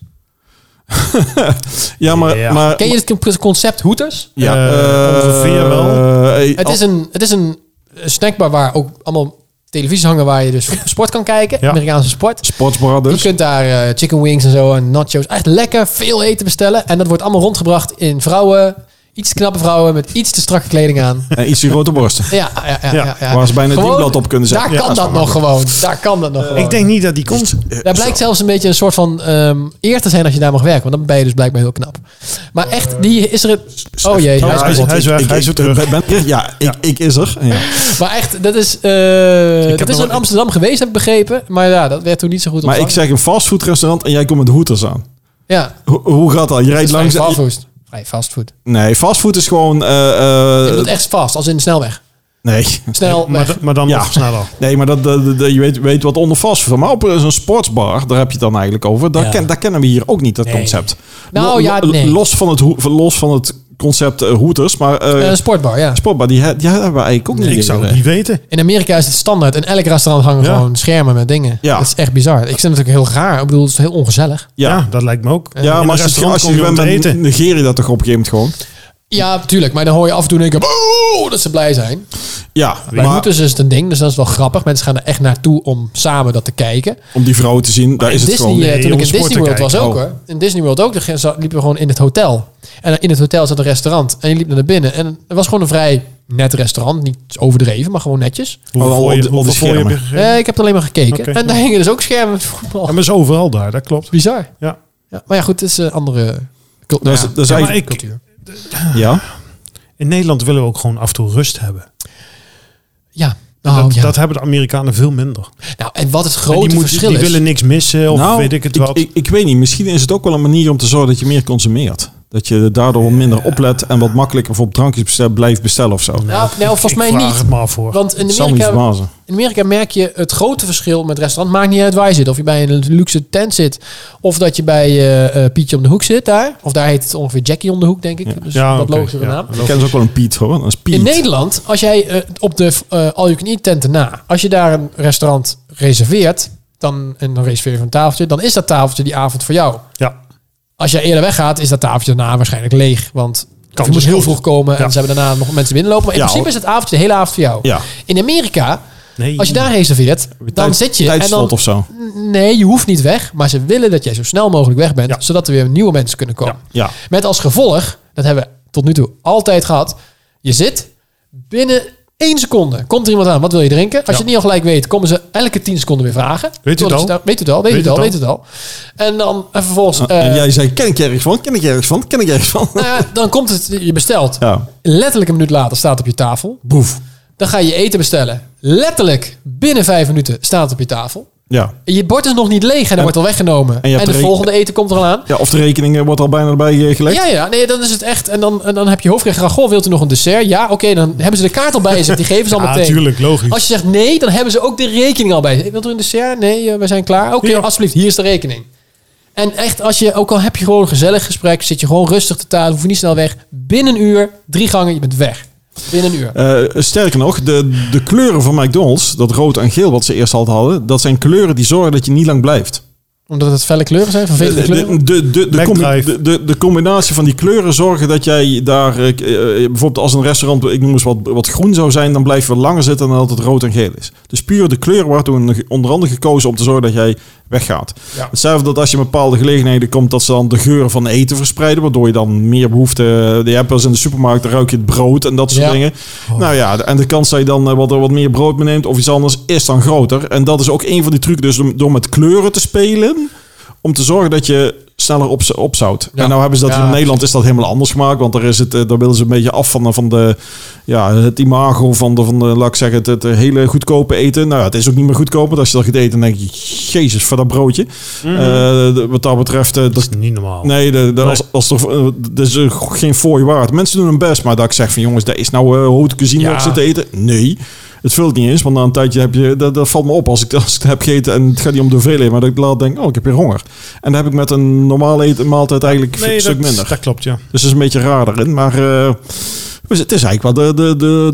Ja, maar...
Ja.
maar
Ken je het concept hoeters?
ja,
Eh,
eh,
ongeveer wel.
eh,
Het is een, het is een snackbar waar ook allemaal televisies hangen waar je dus sport kan kijken.
Ja.
Amerikaanse sport.
Sportsbar dus.
Je kunt daar eh, chicken wings en zo en nachos. Echt lekker veel eten bestellen. En dat wordt allemaal rondgebracht in vrouwen. Iets te knappe vrouwen met iets te strakke kleding aan.
En iets te grote borsten.
Ja, ja, ja. ja,
Ja,
ja.
waar ze bijna het
Gewoon,
dienblad op kunnen zetten.
Daar
Ja,
kan
is
dat
wel Eh,
nog gewoon. Daar kan dat nog gewoon.
Ik denk niet dat die komt.
daar blijkt zelfs een beetje een soort van ehm, eer te zijn als je daar mag werken. Want dan ben je dus blijkbaar heel knap. Maar echt, die is er... een- Oh jee,
Oh,
hij is
hij is-
kapot.
hij is weg, hij is weer terug.
ben- ben- ja, ik, ik is er. Ja.
Maar echt, dat is... eh,
heb
dat
nog
is in
wel-
Amsterdam geweest, heb ik begrepen. Maar ja, dat werd toen niet zo goed
Maar ik
ontvangen.
zeg een fastfoodrestaurant en jij komt met hoeters aan.
ja,
Hoe, hoe gaat dat? Je
dat
rijdt
is
langs...
vrij fastfood. Vrij fastfood.
Nee, fastfood is gewoon... eh,
Je
eh,
moet echt vast, als in de snelweg.
nee.
Snel
Maar,
weg.
da- maar dan
Ja.
nog sneller.
Nee, maar dat, dat- dat- je weet, weet wat onder fastfood. Maar op een sportsbar, daar heb je het dan eigenlijk over. Daar,
Ja.
ken, daar kennen we hier ook niet, dat concept.
Nou ja, nee.
Los van het, ho- los van het concept eh, hoeters, maar eh,
Eh, sportbar, ja.
sportbar, die, he- die hebben we eigenlijk ook niet.
Ik
hier,
zou
eh.
het niet weten.
In Amerika is het standaard. In elk restaurant hangen
Ja.
gewoon schermen met dingen.
Ja.
Dat is echt bizar. Ik vind het ook heel raar. Ik bedoel, het is heel ongezellig.
Ja.
ja.
dat lijkt me ook.
Ja,
In een
maar als je,
restaurant
als je
kom
gewend
om te
bent,
eten.
negeer je dat toch op een gegeven moment gewoon.
Ja, tuurlijk. Maar dan hoor je af en toe denken... "Boe", dat ze blij zijn.
Ja,
Bij
maar
Hoeters is het een ding, dus dat is wel grappig. Mensen gaan er echt naartoe om samen dat te kijken.
om die vrouwen te zien, daar is het
Disney,
gewoon.
eh,
Nee,
toen
om
ik in
sport
Disney
te
World was
kijken.
ook
Oh.
hoor. In Disney World ook, dan za- liepen we gewoon in het hotel. En in het hotel zat een restaurant. En je liep naar binnen. En het was gewoon een vrij net restaurant. Niet overdreven, maar gewoon netjes.
Hoeveel
Al- al
voor
op
je-
de- op de
hoeveel voor je heb je
schermen.
gegeten?
Eh, ik heb er alleen maar gekeken.
Oké.
En daar hingen dus ook schermen met voetbal.
Ja, maar is overal daar, dat klopt.
Bizar.
Ja.
Ja, maar ja, goed, het is een andere cult-
Dat is-
nou ja,
dat is
Ja, maar
eigenlijk-
ik,
cultuur.
ja.
in Nederland willen we ook gewoon af en toe rust hebben.
Ja, nou,
dat,
ja.
dat hebben de Amerikanen veel minder. En
nou, en wat het grote
die, moeten-
verschil
die
is...
willen niks missen of weet ik het wat.
Nou, Ik, ik weet niet, misschien is het ook wel een manier om te zorgen dat je meer consumeert. Dat je daardoor wat minder oplet en wat makkelijker voor op drankjes bestel- blijft bestellen of zo.
nou, nou, volgens
Ik
mij
vraag
niet.
het maar voor.
Want in
Dat zal me niet
Amerika
verbazen.
In Amerika merk je het grote verschil met restaurant. Maakt niet uit waar je zit. Of je bij een luxe tent zit. Of dat je bij eh, eh, Pietje om de hoek zit daar. Of daar heet het ongeveer Jackie om de hoek, denk ik. Dus
Ja,
wat
oké,
logischere
ja.
naam.
Ik ken ze ook wel een Piet hoor. Dat is Piet.
In Nederland, als jij eh, op de eh All You Can Eat tenten na. Als je daar een restaurant reserveert. Dan, en dan reserveer je voor een tafeltje. Dan is dat tafeltje die avond voor jou.
Ja,
Als jij eerder weggaat, is dat tafeltje daarna waarschijnlijk leeg. Want
Kans
je moet
is
heel
groot.
vroeg komen.
Ja.
En ze hebben daarna nog mensen binnenlopen. Maar in
dus Ja,
principe is het avondje de hele avond voor jou.
Ja.
In Amerika
nee.
als je daar reserveert, dan
Tijd-
zit je. En
Tijdslot
dan,
of zo.
nee, je hoeft niet weg. Maar ze willen dat jij zo snel mogelijk weg bent.
Ja.
Zodat er weer nieuwe mensen kunnen komen.
Ja.
Met als gevolg, dat hebben we tot nu toe altijd gehad. Je zit binnen één seconde. Komt er iemand aan, wat wil je drinken? Als je het niet al gelijk weet, komen ze elke tien seconden weer vragen.
het
Totdat
al?
je daar- Weet het al, weet, het al, weet het al. En dan en vervolgens... eh,
en jij zei, ken ik ergens van? Ken ik ergens van? Ken ik ergens van?
nou ja, dan komt het, je bestelt.
Ja.
Letterlijk een minuut later staat het op je tafel.
Boef.
Dan ga je eten bestellen. Letterlijk binnen vijf minuten staat het op je tafel.
Ja.
Je bord is nog niet leeg en dan wordt al weggenomen.
en je
En,
hebt
de
er een-
volgende eten komt er al aan.
ja. Of de rekening eh, wordt al bijna erbij eh, gelegd.
Ja, ja, nee, dan is het echt. En dan, en dan heb je hoofdrecht Goh, wilt u nog een dessert? Ja, oké, dan hebben ze de kaart al bij zich. Die geven ze al
Ja,
meteen.
tuurlijk, logisch.
Als je zegt nee, dan hebben ze ook de rekening al bij zich. Wilt u een dessert? Nee, eh, we zijn klaar. Oké,
Ja.
alsjeblieft, hier is de rekening. En echt, als je, ook al heb je gewoon een gezellig gesprek, zit je gewoon rustig te tafel, hoef je niet snel weg. Binnen een uur, drie gangen, je bent weg. Binnen een uur.
Eh, sterker nog, de, de kleuren van McDonald's, dat rood en geel wat ze eerst al hadden, dat zijn kleuren die zorgen dat je niet lang blijft.
Omdat het felle kleuren zijn, vervelende
De,
kleuren.
de, de, de, de, combi-
Backdrive.
de, de, de combinatie van die kleuren zorgen dat jij daar... eh, k- eh, bijvoorbeeld als een restaurant, ik noem eens wat, wat groen zou zijn... dan blijf je wat langer zitten dan dat het rood en geel is. Dus puur de kleur wordt toen onder andere gekozen om te zorgen dat jij weggaat.
Ja.
Hetzelfde dat als je in bepaalde gelegenheden komt... dat ze dan de geuren van eten verspreiden... waardoor je dan meer behoefte... eh, Je hebt wel eens in de supermarkt, dan ruik je het brood en dat soort
Ja.
dingen.
Oh.
Nou ja, en de kans dat je dan eh, wat, wat meer brood meeneemt of iets anders... is dan groter. En dat is ook een van die trucs. Dus om- door met kleuren te spelen om te zorgen dat je sneller op, opzout.
Ja.
En nou hebben ze dat
Ja.
in Nederland is dat helemaal anders gemaakt, want daar is het, eh, daar willen ze een beetje af van, van de, ja, het imago van de, van de, laat ik zeggen, het, het hele goedkope eten. Nou, ja, het is ook niet meer goedkoop, want als je dat gaat eten, dan denk je, jezus, voor dat broodje.
Mhm.
Eh, de- wat dat betreft, eh, dat,
Dat is niet normaal.
Nee, de, de-
Oh. Nee.
Als, als er, eh, dat is eh, geen fooi waard. Mensen doen hun best, maar dat ik zeg van jongens, dat is nou eh haute cuisine
Ja.
wat ik zit te eten. Nee, het vult niet eens, want na een tijdje heb je, dat, dat valt me op als ik, als ik het heb gegeten en het gaat niet om de hoeveelheid, maar dat ik laat denk, oh ik heb weer honger. En dan heb ik met een normale eten, maaltijd eigenlijk
Nee,
een stuk
dat,
minder.
dat klopt, ja.
Dus dat is een beetje raar daarin, maar eh, dus het is eigenlijk wel de, de, de,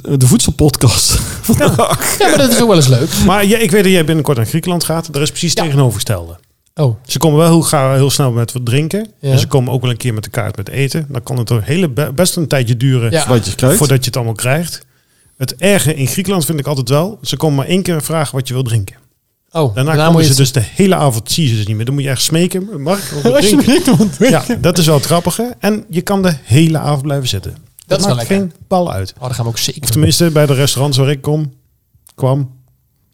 de, de voedselpodcast vandaag.
Ja, maar dat is ook wel eens leuk.
Maar jij, ik weet dat jij binnenkort naar Griekenland gaat. Daar is precies het
Ja.
tegenovergestelde.
Oh,
Ze komen wel heel, graag, heel snel met wat drinken.
Ja.
En ze komen ook wel een keer met de kaart met eten. Dan kan het een hele, be- best een tijdje duren
ja.
Wat je krijgt.
voordat je het allemaal krijgt. Het erge in Griekenland vind ik altijd wel. Ze komen maar één keer vragen wat je wil drinken.
Oh,
Daarna komen ze dus de hele avond zien ze dus niet meer. Dan moet je echt smeken. Mag ik wat drinken?
dus...
Ja, dat is wel het grappige. En je kan de hele avond blijven zitten. Dat,
is wel
maakt
lekker.
geen bal uit.
Oh, daar gaan we ook zeker.
Of tenminste, bij de restaurants waar ik kom, kwam.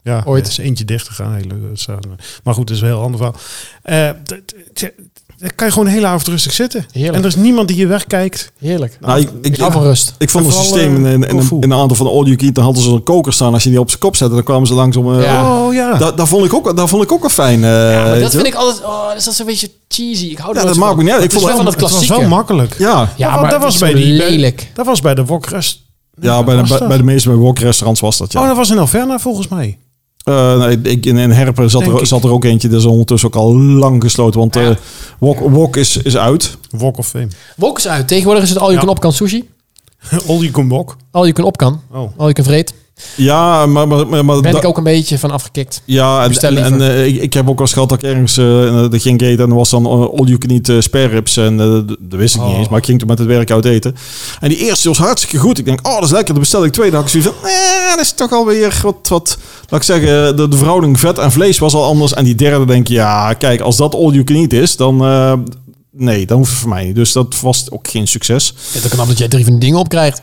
Ja,
Ooit.
er is eentje dicht gegaan. Hele, het staat- maar goed, dat is een heel ander verhaal. Eh, d- d- d- dan kan je gewoon de hele avond rustig zitten.
Heerlijk.
En er is niemand die je wegkijkt.
Heerlijk.
Nou, ik, ik,
Af en rust.
Ik vond
En
het
vooral,
systeem in,
eh,
in, in,
tofu.
in een aantal van de all you can eat, dan hadden ze een koker staan. Als je die op zijn kop zette, dan kwamen ze langzaam. eh
Ja.
Oh ja.
dat, dat, vond ik ook, dat vond ik ook wel fijn. eh, weet
dat
je
vind ik altijd... Oh, dat is dat zo'n beetje cheesy. Ik hou
Ja,
er nooit
dat maakt
van.
me niet uit. Ik
Het is
vond
wel
het
van dat
Het was
klassieke.
wel makkelijk.
Ja,
Ja,
want
maar
dat
het
was
is
bij
zo
die bij-
lelijk.
Dat was bij de wokrest.
ja bij,
was
de, bij,
dat?
bij de meeste wokrestaurants was dat, ja.
Oh, dat was in Alverna volgens mij.
Eh, nee, ik, in, in Herpen zat
Denk
er,
ik.
zat er ook eentje. Dat is ondertussen ook al lang gesloten. Want eh wok, wok is, is uit.
Wok of Fame.
Wok is uit. Tegenwoordig is het al je
Ja.
kan op kan sushi.
All you can wok.
Al je kan op kan.
Oh.
Al je kan vreet.
Ja, maar... maar, maar, maar
Ben
da-
ik ook een beetje van afgekikt.
Ja, en,
Bestel
en, en,
liever.
eh, ik, ik heb ook wel eens gehad dat ik ergens eh de ging ik eten en er was dan eh, all you can eat eh, spare ribs en eh, d- dat wist ik niet
Oh.
eens, maar ik ging toen met het werk uit eten. En die eerste was hartstikke goed. Ik denk, oh, dat is lekker. Dan bestel ik twee. Dan had ik zoiets van, nee, dat is toch alweer wat, wat laat ik zeggen, eh, de, de verhouding vet en vlees was al anders. En die derde denk je, ja, kijk, als dat all you can eat is, dan... eh, Nee, dat hoeft het voor mij niet. Dus dat was ook geen succes.
Het is ook knap dat jij drie van die dingen opkrijgt.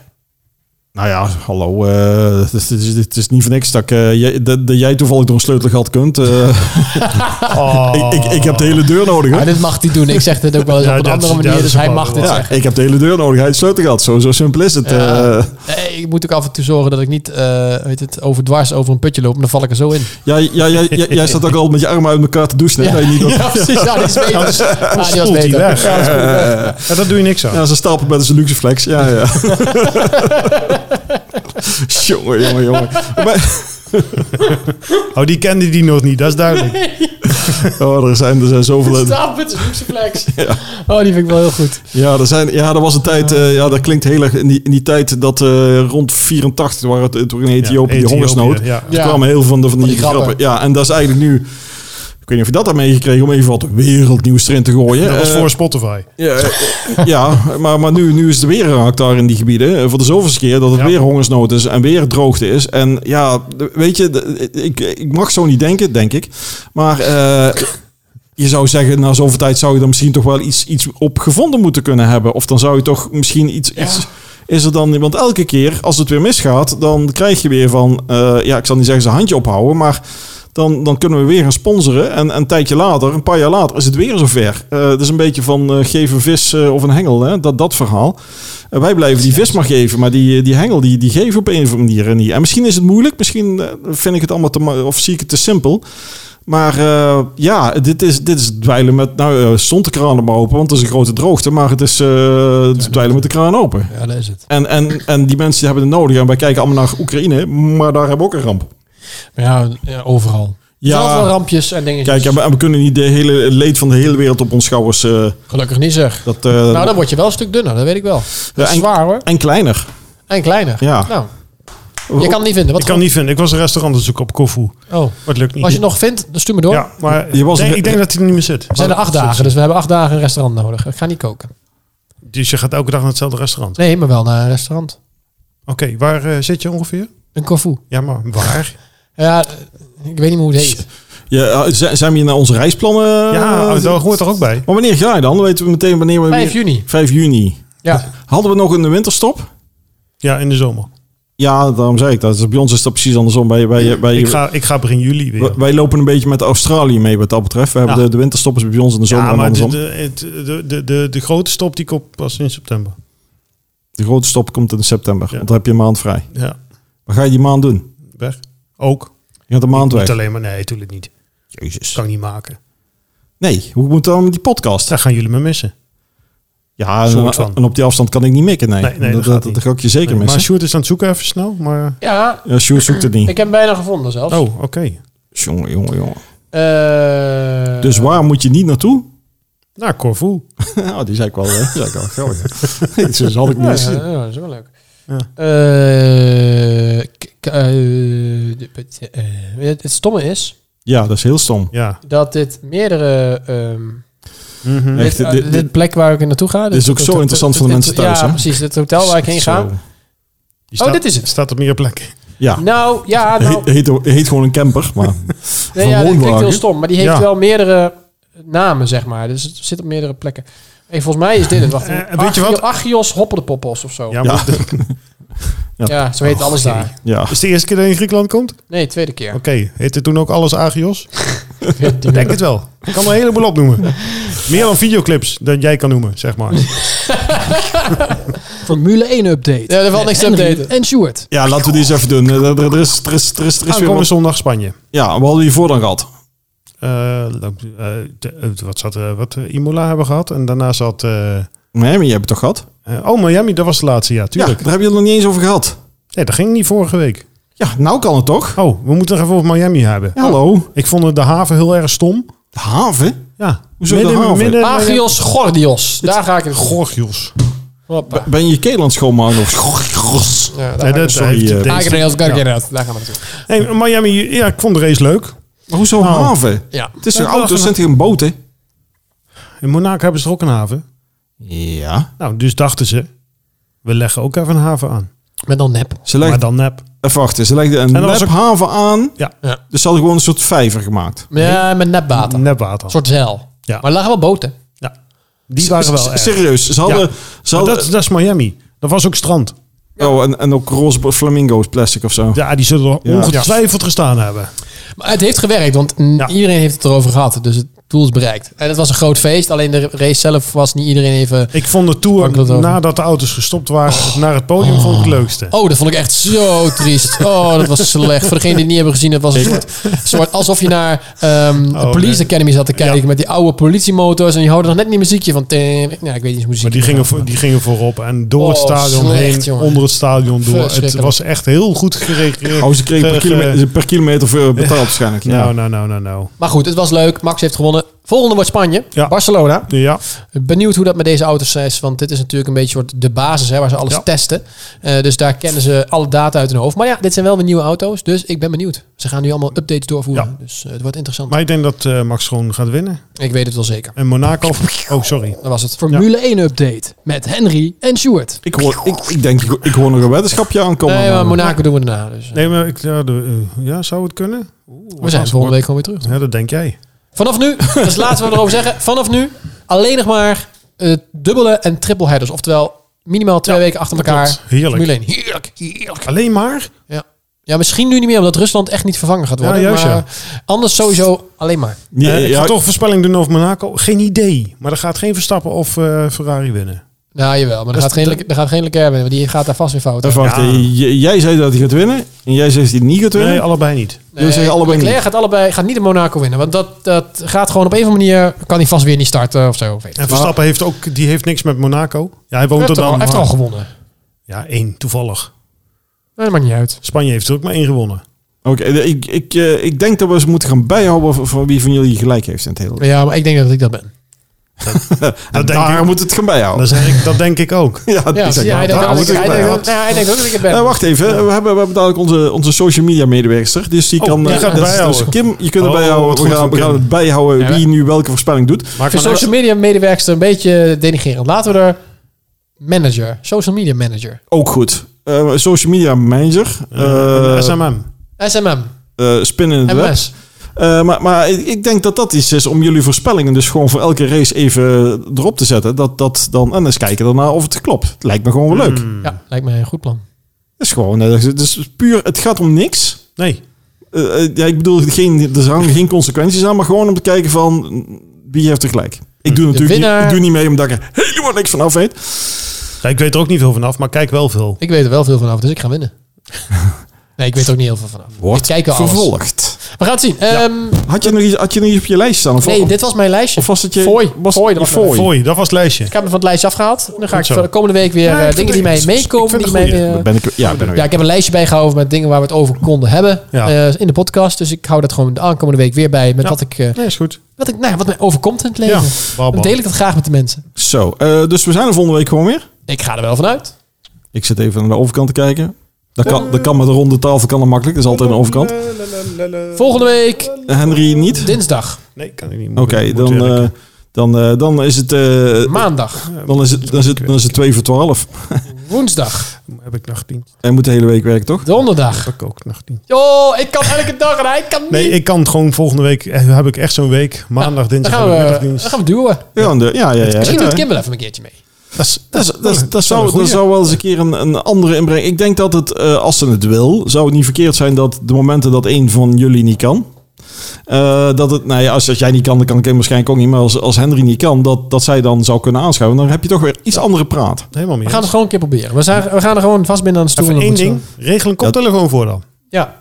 Nou ja, hallo. eh, Het is- het is- het is niet voor niks dat, ik, eh, jij- dat, dat jij toevallig door een sleutelgat kunt. eh. Ik, ik, ik heb de hele deur nodig.
Maar
Hè?
dit mag hij doen. Ik zeg dit ook wel eens
Ja,
op een
dat-
andere
ja,
manier.
dat
Dus
is
hij
wel-
mag dit
Ja,
zeggen.
ik heb de hele deur nodig. Hij heeft sleutel gehad. Zo, zo simpel is het. Eh,
Ja.
Ja,
Nee, ik moet ook af en toe zorgen dat ik niet eh weet het, over dwars over een putje loop. En dan val ik er zo in.
ja, ja, ja, ja, jij staat ook al met je armen uit elkaar te douchen. hè?
Ja,
Dat je niet dat-
ja, precies. Ja, die is beter. Ja, die was
spoelt hij
beter.
weg.
Ja, dat is goed.
Ja, daar doe je niks aan.
Ja, ze stapelt met een luxe flex. Ja, ja. jongen, jongen, jongen. Maar-
Oh, die kende die nog niet, dat is duidelijk.
oh, er zijn, er zijn zoveel...
Stop het, flex. Oh, die vind ik wel heel goed.
Ja, er zijn, ja, er was een tijd, eh, ja, dat klinkt heel erg in die, in die tijd dat eh, rond 84 waren het eh, toen in Ethiopië die
Ethiopië,
hongersnood.
ja.
Er
Ja.
kwamen heel veel van, de, van, die,
die grappen.
grappen. Ja, en dat is eigenlijk nu, ik weet niet of je dat hebt meegekregen, om even wat wereldnieuws erin te gooien.
Dat was
Eh,
voor Spotify.
ja, eh, ja, maar, maar nu, nu is het weer raakt daar in die gebieden. Eh, Voor de zoveelste keer dat het
Ja.
weer hongersnood is en weer droogte is. En ja, de- weet je, de- ik, ik mag zo niet denken, denk ik. Maar eh, je zou zeggen, na zoveel tijd zou je er misschien toch wel iets, iets op gevonden moeten kunnen hebben. Of dan zou je toch misschien iets... iets is er dan, want elke keer als het weer misgaat, dan krijg je weer van, eh, ja, ik zal niet zeggen ze handje ophouden, maar dan, dan kunnen we weer gaan sponsoren. En een tijdje later, een paar jaar later, is het weer zover. Eh het is een beetje van eh, geef een vis eh, of een hengel, hè? Dat, dat verhaal. Eh, wij blijven die vis maar geven, maar die, die hengel die, die geven we op een of andere manier niet. En misschien is het moeilijk, misschien eh, vind ik het allemaal te ma- of zie ik het te simpel. Maar eh, ja, dit is, dit is dweilen met. Nou, eh, stond de kraan maar open, want het is een grote droogte. Maar het is, eh, het is dweilen met de kraan open.
Ja, dat is het.
En, en, en die mensen die hebben het nodig. En wij kijken allemaal naar Oekraïne, maar daar hebben we ook een ramp.
Maar ja, ja, overal.
Ja.
Ja. wel rampjes en dingetjes.
Kijk, en we, en we kunnen niet de hele leed van de hele wereld op ons schouders. eh,
Gelukkig niet zeg.
dat, eh,
Nou, dan word je wel een stuk dunner. Dat weet ik wel. Dat is
en,
zwaar hoor.
en kleiner.
En kleiner.
Ja.
Nou, Je kan het niet vinden. Wat
ik kan
goed.
niet vinden. Ik was een restaurant te zoeken op Kofu. Maar
Oh.
het lukt
Mhm.
niet.
Als je het nog vindt, dan stuur me door.
Ja, maar
Je was-
nee, ik denk dat hij er niet meer zit.
We zijn er acht dagen, dus we hebben acht dagen een restaurant nodig. Ik ga niet koken.
Dus je gaat elke dag naar hetzelfde restaurant.
Nee, maar wel naar een restaurant.
Oké, waar eh, zit je ongeveer?
Een Corfu.
Ja, maar waar?
Ja, eh, ik weet niet hoe het heet.
Ja, eh, z- zijn we hier naar onze reisplannen?
ja, oh,
eh,
daar hoort er ook bij.
Maar wanneer ga je dan? Dan weten we meteen wanneer we
5
weer-
juni.
5 juni.
Ja.
Hadden we nog een winterstop?
Ja, in de zomer.
Ja, daarom zei ik dat. Dus Bij ons is dat precies andersom. Bij, bij, bij,
Ik ga, ik ga begin juli weer.
wij, wij lopen een beetje met Australië mee wat dat betreft. We hebben
Ja.
de, de winterstop is bij ons in de zomer
Ja,
en
maar de,
andersom.
de, het- de, de, de, de grote stop die komt pas in september.
De grote stop komt in september,
Ja.
want dan heb je een maand vrij.
Ja,
Wat ga je die maand doen?
weg. Ook.
Je gaat een maand
Niet
weg.
alleen maar, nee, tuurlijk niet.
Jezus.
Kan ik niet maken.
Nee, hoe moet dan met die podcast?
Daar gaan jullie me missen.
Ja,
Soort
en,
van.
en op die afstand kan ik niet mikken, nee.
Nee, nee, dat
dat,
gaat
dat,
niet.
dat ga ik je zeker
Nee, maar
missen.
Sjoerd is aan het zoeken even snel. Maar...
Ja,
Ja, Sjoerd zoekt het niet.
ik heb hem bijna gevonden zelfs.
Oh, oké.
Jongen, jongen, jongen.
Eh,
Dus waar moet je niet naartoe?
Nou, Corfu.
Nou, die zei ik wel, eh, die zei ik wel grappig. Nee, dus had ik
Ja,
niet.
ja,
eens-
ja, dat is wel leuk.
Ja.
Eh, k- k- eh, de- de- eh, het, het stomme is
Ja, dat is heel stom.
Ja.
dat dit meerdere... ehm,
Mhm.
Echt,
dit, eh,
dit-
dit,
dit-
plek waar ik naartoe ga...
Dit is ook zo interessant voor de
dit-
mensen thuis,
Ja,
hè?
precies. Het hotel Oh, waar ik heen ga. Oh,
Zo.
Die staat-
dit is het.
Staat op meer plekken.
Ja,
Nou, ja, nou,
heet, heet, heet gewoon een camper, maar
nee, ja, dat klinkt
woonwagen.
heel stom. Maar die heeft
Ja.
wel meerdere namen, zeg maar. Dus het zit op meerdere plekken. Hey, volgens mij is dit het. Wacht,
Eh,
even.
weet je wat?
Achio- Achios Hoppen de Poppos of zo. Ja,
Ja, maar dat
zo heet alles daar.
ja.
is de eerste keer dat je in Griekenland komt? Oké,
Nee, tweede keer.
heette toen ook alles Agios?
Ik weet het
Denk
niet.
het wel. Ik kan er een heleboel opnoemen. Meer dan videoclips dan jij kan noemen, zeg maar.
Formule 1 update.
Ja, er valt niks te
Henry
updaten.
En Stuart.
ja, laten we die eens even doen. Eh, Er, er is, er, is, er, is, er
Oh,
is weer
Aankomende
wat-
Ah, zondag Spanje.
Ja, we hadden hiervoor dan gehad.
Eh, dat- eh, de- eh, wat zat eh, wat eh, Imola hebben we gehad en daarna zat eh, eh,
Nee, maar je hebt het toch gehad?
oh Miami, dat was de laatste ja, tuurlijk.
Ja, daar hebben jullie het nog niet eens over gehad.
Nee, dat ging niet vorige week.
Ja, nou kan het toch?
Oh, we moeten nog even over Miami hebben.
Hallo.
Ik vond de haven heel erg stom.
De haven?
Ja.
Hoezo de haven?
Agios Gordios. Daar ga ik het
Gorgios.
Hoppa.
Ben je Keeland schoonmaken of Gros.
Ja, daar
Nee,
ga ik-
dat
sorry,
heeft-
eh,
deze-
Agios
Ja.
Gorgios. Daar gaan we natuurlijk.
Nee, Miami, ja, ik vond de race leuk.
Maar hoezo haven?
Ja.
Het is
Nou. Ja,
een auto,
wacht
het
even.
zijn geen boten?
In Monaco hebben ze er ook een haven.
Ja.
Nou, dus dachten ze, we leggen ook even een haven aan.
Met dan nep.
Ze
Maar
legden,
dan nep.
even wachten, ze legden een
En dan was
nep haven aan.
Ja.
Ja.
Dus ze hadden gewoon een soort vijver gemaakt.
Ja, met nepwater. Een
Nepwater.
soort zeil.
Ja.
Maar er lagen wel boten.
Ja. Die waren
S-
wel
s-
erg.
Serieus, ze hadden... Ze
Maar
hadden
dat, dat is Miami. Dat was ook strand.
Oh, en, en ook roze flamingo's plastic of zo.
Ja, die zullen er
Ja.
ongetwijfeld gestaan hebben.
Maar het heeft gewerkt, want mm,
Ja.
iedereen heeft het erover gehad. Dus het doel is bereikt. En het was een groot feest. Alleen de race zelf was niet iedereen even...
Ik vond de
Pak dat
tour,
over.
nadat de auto's gestopt waren, naar het podium vond ik het leukste.
Oh, dat vond ik echt zo triest. Oh, dat was slecht. Voor degenen die het niet hebben gezien, het was een soort, soort alsof je naar ehm, de
Oh,
Police
nee.
Academy zat te kijken.
Ja.
Met die oude politiemotors. En die houden nog net niet muziekje van... Ting, nou, ik weet niet eens muziek.
Maar die gingen, voor, die gingen voorop en door het
Oh,
stadion
slecht,
heen,
jongen.
onder het stadion door. Het
Verschrikkelijk.
was echt heel goed gereageerd.
Oh, ze kregen per,
Ge-
kilometer, per kilometer voor betaald waarschijnlijk. Ja.
eh, Nou, nou, nou, nou, nou.
Maar goed, het was leuk. Max heeft gewonnen. Volgende wordt Spanje.
Ja.
Barcelona.
Ja,
Benieuwd hoe dat met deze auto's is. Want dit is natuurlijk een beetje soort de basis hè, waar ze alles
Ja.
testen. Eh, dus daar kennen ze alle data uit hun hoofd. Maar ja, dit zijn wel weer nieuwe auto's. Dus ik ben benieuwd. Ze gaan nu allemaal updates doorvoeren.
Ja.
Dus eh, het wordt interessant.
maar ik denk dat eh, Max gewoon gaat winnen.
ik weet het wel zeker.
En Monaco... Oh, sorry.
Dat was het.
Formule 1 update. Met Henry en Stuart.
Ik, hoor, ik, ik denk, ik, ik hoor nog een weddenschapje aankomen.
nee, maar Monaco doen we daarna. Dus, eh,
Nee, maar ik, ja, de- eh, ja, zou het kunnen?
we zijn volgende week gewoon weer terug.
Ja, dat denk jij.
Vanaf nu, dat is het laatste wat we erover zeggen. Vanaf nu alleen nog maar eh, dubbele en triple headers. Oftewel minimaal twee weken achter elkaar.
klopt. Heerlijk.
Formule 1. Heerlijk, heerlijk.
Alleen maar?
Ja. ja, misschien nu niet meer, omdat Rusland echt niet vervangen gaat worden.
Ja, juist,
maar
ja.
anders sowieso alleen maar.
Nee,
Eh, ik
ja,
ga toch een voorspelling doen over Monaco. Geen idee. Maar er gaat geen Verstappen of eh, Ferrari winnen.
Nou, jawel, maar er gaat, geen, Le- er gaat geen Leclerc binnen, want die gaat daar vast weer fout.
Even wachten.
Ja.
J- jij zei dat hij gaat winnen. En jij zegt dat hij niet gaat winnen.
Nee, allebei niet.
Jullie zeggen allebei
Leclerc
niet.
gaat allebei gaat niet in Monaco winnen, want dat, dat gaat gewoon op een of andere manier, kan hij vast weer niet starten of zo. Weet ik.
En Verstappen heeft ook, die heeft niks met Monaco. Ja, hij woont er
heeft, er al,
dan.
heeft er al gewonnen.
Ja, één, toevallig.
Nee, dat maakt niet uit.
Spanje heeft er ook maar één gewonnen.
Oké, eh, ik, ik, eh, ik denk dat we eens moeten gaan bijhouden van, van wie van jullie gelijk heeft in het hele.
Ja, maar ik denk dat ik dat ben.
Dat denk,
Daar
ik,
moet het gaan bijhouden.
dat, zeg ik, dat denk ik ook.
Ja,
Ja,
dat-
ja, hij denkt
daar
ook
moet
dat ik-
het
hij
bij
denkt ook-
houden.
nou, hij denkt ook dat ik het ben.
Eh, wacht even, we hebben, we hebben dadelijk onze, onze social media medewerkster. Dus die
Oh,
kan.
die
eh,
gaat
dat is-
bijhouden.
dat is Kim, je kunt het
Oh, wat
bijhouden. We
goed
gaan,
van
we gaan
Kim.
het bijhouden
Ja,
wie nu welke voorspelling doet.
Maar
Ik vind
van-
social media medewerkster een beetje denigrerend. Laten we er manager, social media manager,
Ook goed. Eh, social media manager.
eh,
eh,
SMM.
SMM,
eh, spin in het web.
MS.
Eh, maar maar ik, ik denk dat dat iets is om jullie voorspellingen dus gewoon voor elke race even erop te zetten. Dat, dat dan, en eens kijken daarna of het klopt. Lijkt me gewoon wel leuk.
Hmm.
Ja, lijkt mij een goed plan.
Het is gewoon, eh, het is puur, het gaat om niks.
Nee.
Eh, eh, ja, ik bedoel, geen, er hangen geen consequenties aan, maar gewoon om te kijken van wie heeft er gelijk. Ik doe natuurlijk niet,
winnaar.
ik doe niet mee omdat ik er helemaal niks van af weet.
Ja, ik weet er ook niet veel vanaf, maar kijk wel veel.
Ik weet er wel veel vanaf, dus ik ga winnen. Nee, ik weet er ook niet heel veel vanaf. ik
Wordt
kijk wel alles.
vervolgd.
We gaan het zien. Ehm,
Had je, nog iets, had je nog iets op je lijst staan? Of,
nee,
of-
dit was mijn lijstje.
of was het je...
Fooi.
Was,
Fooi, dat
je
was mijn-
fooi.
Voor je, dat was het lijstje.
Ik heb me van het lijstje afgehaald. Dan ga
Goed
ik
zo.
voor de komende week weer
Ja,
eh,
ik
dingen
vind
die mij
het-
meekomen.
ik vind
Die mij,
het een
eh,
Ben ik, ja, ben ik.
ja, ik heb een lijstje bijgehouden met dingen waar we het over konden hebben
Ja.
eh, in de podcast. Dus ik hou dat gewoon de aankomende week weer bij met
Ja.
wat, ik, eh,
Nee, is goed.
wat, ik, nou, ja, wat mij overkomt in het leven.
Ja,
Dan
babbel.
deel ik dat graag met de mensen.
Zo, eh, dus we zijn er volgende week gewoon weer.
Ik ga er wel vanuit.
Ik zit even aan de overkant te kijken. Dat kan, dat kan met een ronde tafel kan dat makkelijk. Dat is altijd aan de overkant. Eh,
Volgende week,
Henry niet. Oké,
dinsdag,
Nee, kan ik niet. Moet- moet
dan,
werken.
eh, dan, eh, dan is het... eh,
maandag,
dan is het, dan is het, dan is het 2 voor 12.
woensdag,
heb ik nachtdienst?
En moet de hele week werken, toch?
donderdag.
Heb ik ook nachtdienst?
Yo, ik kan elke dag en hij kan niet.
Nee, ik kan het gewoon volgende week. eh, Heb ik echt zo'n week. Maandag,
dan
dinsdag,
gaan we,
heb ik
dan
middagdienst.
gaan we duwen.
Ja, en de- ja, ja. ja,
Misschien
ja.
doet Kim wel even een keertje mee.
Dat is-
Dat, is- dat, is- dat
wel
zou,
een
dat
goeie.
zou wel eens een keer een, een andere inbreng. Ik denk dat het, eh, als ze het wil, zou het niet verkeerd zijn dat de momenten dat één van jullie niet kan. eh, dat het, nou ja, als, als jij niet kan, dan kan ik hem waarschijnlijk ook niet. Maar als, als Henry niet kan, dat, dat zij dan zou kunnen aanschuiven. Dan heb je toch weer iets andere praat.
Helemaal meer.
We gaan het gewoon een keer proberen. We, zijn, we gaan er gewoon vastbinden aan de stoel.
Even
en
één
dan
ding.
moet
Regel een koptelefoon voor dan.
zo. Ja,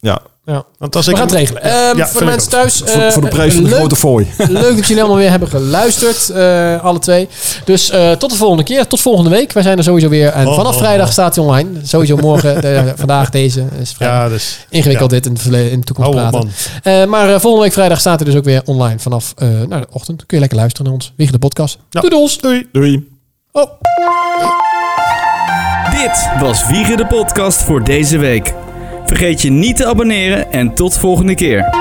Ja,
ja.
Want als
we
ik
gaan het regelen.
ja,
Ehm, voor
vind
de
ik
mensen
ook.
thuis.
voor,
eh,
voor de prijs van de
leuk,
grote fooi.
leuk dat jullie allemaal weer hebben geluisterd. eh, alle twee. Dus eh, tot de volgende keer. Tot volgende week. Wij zijn er sowieso weer. En
Oh,
vanaf
oh,
vrijdag
oh.
staat hij online. Sowieso morgen. eh, vandaag deze. Is vrijdag.
Ja, dus.
Ingewikkeld dit in de, verleden- in de toekomst
Hou op,
praten.
man.
Eh, maar eh, volgende week vrijdag staat hij dus ook weer online vanaf eh nou, de ochtend. Kun je lekker luisteren naar ons. Wiegen de podcast.
Ja.
Doei doels.
Doei.
Doei.
Oh.
Dit was Wiegen de Podcast voor deze week. Vergeet je niet te abonneren en tot volgende keer.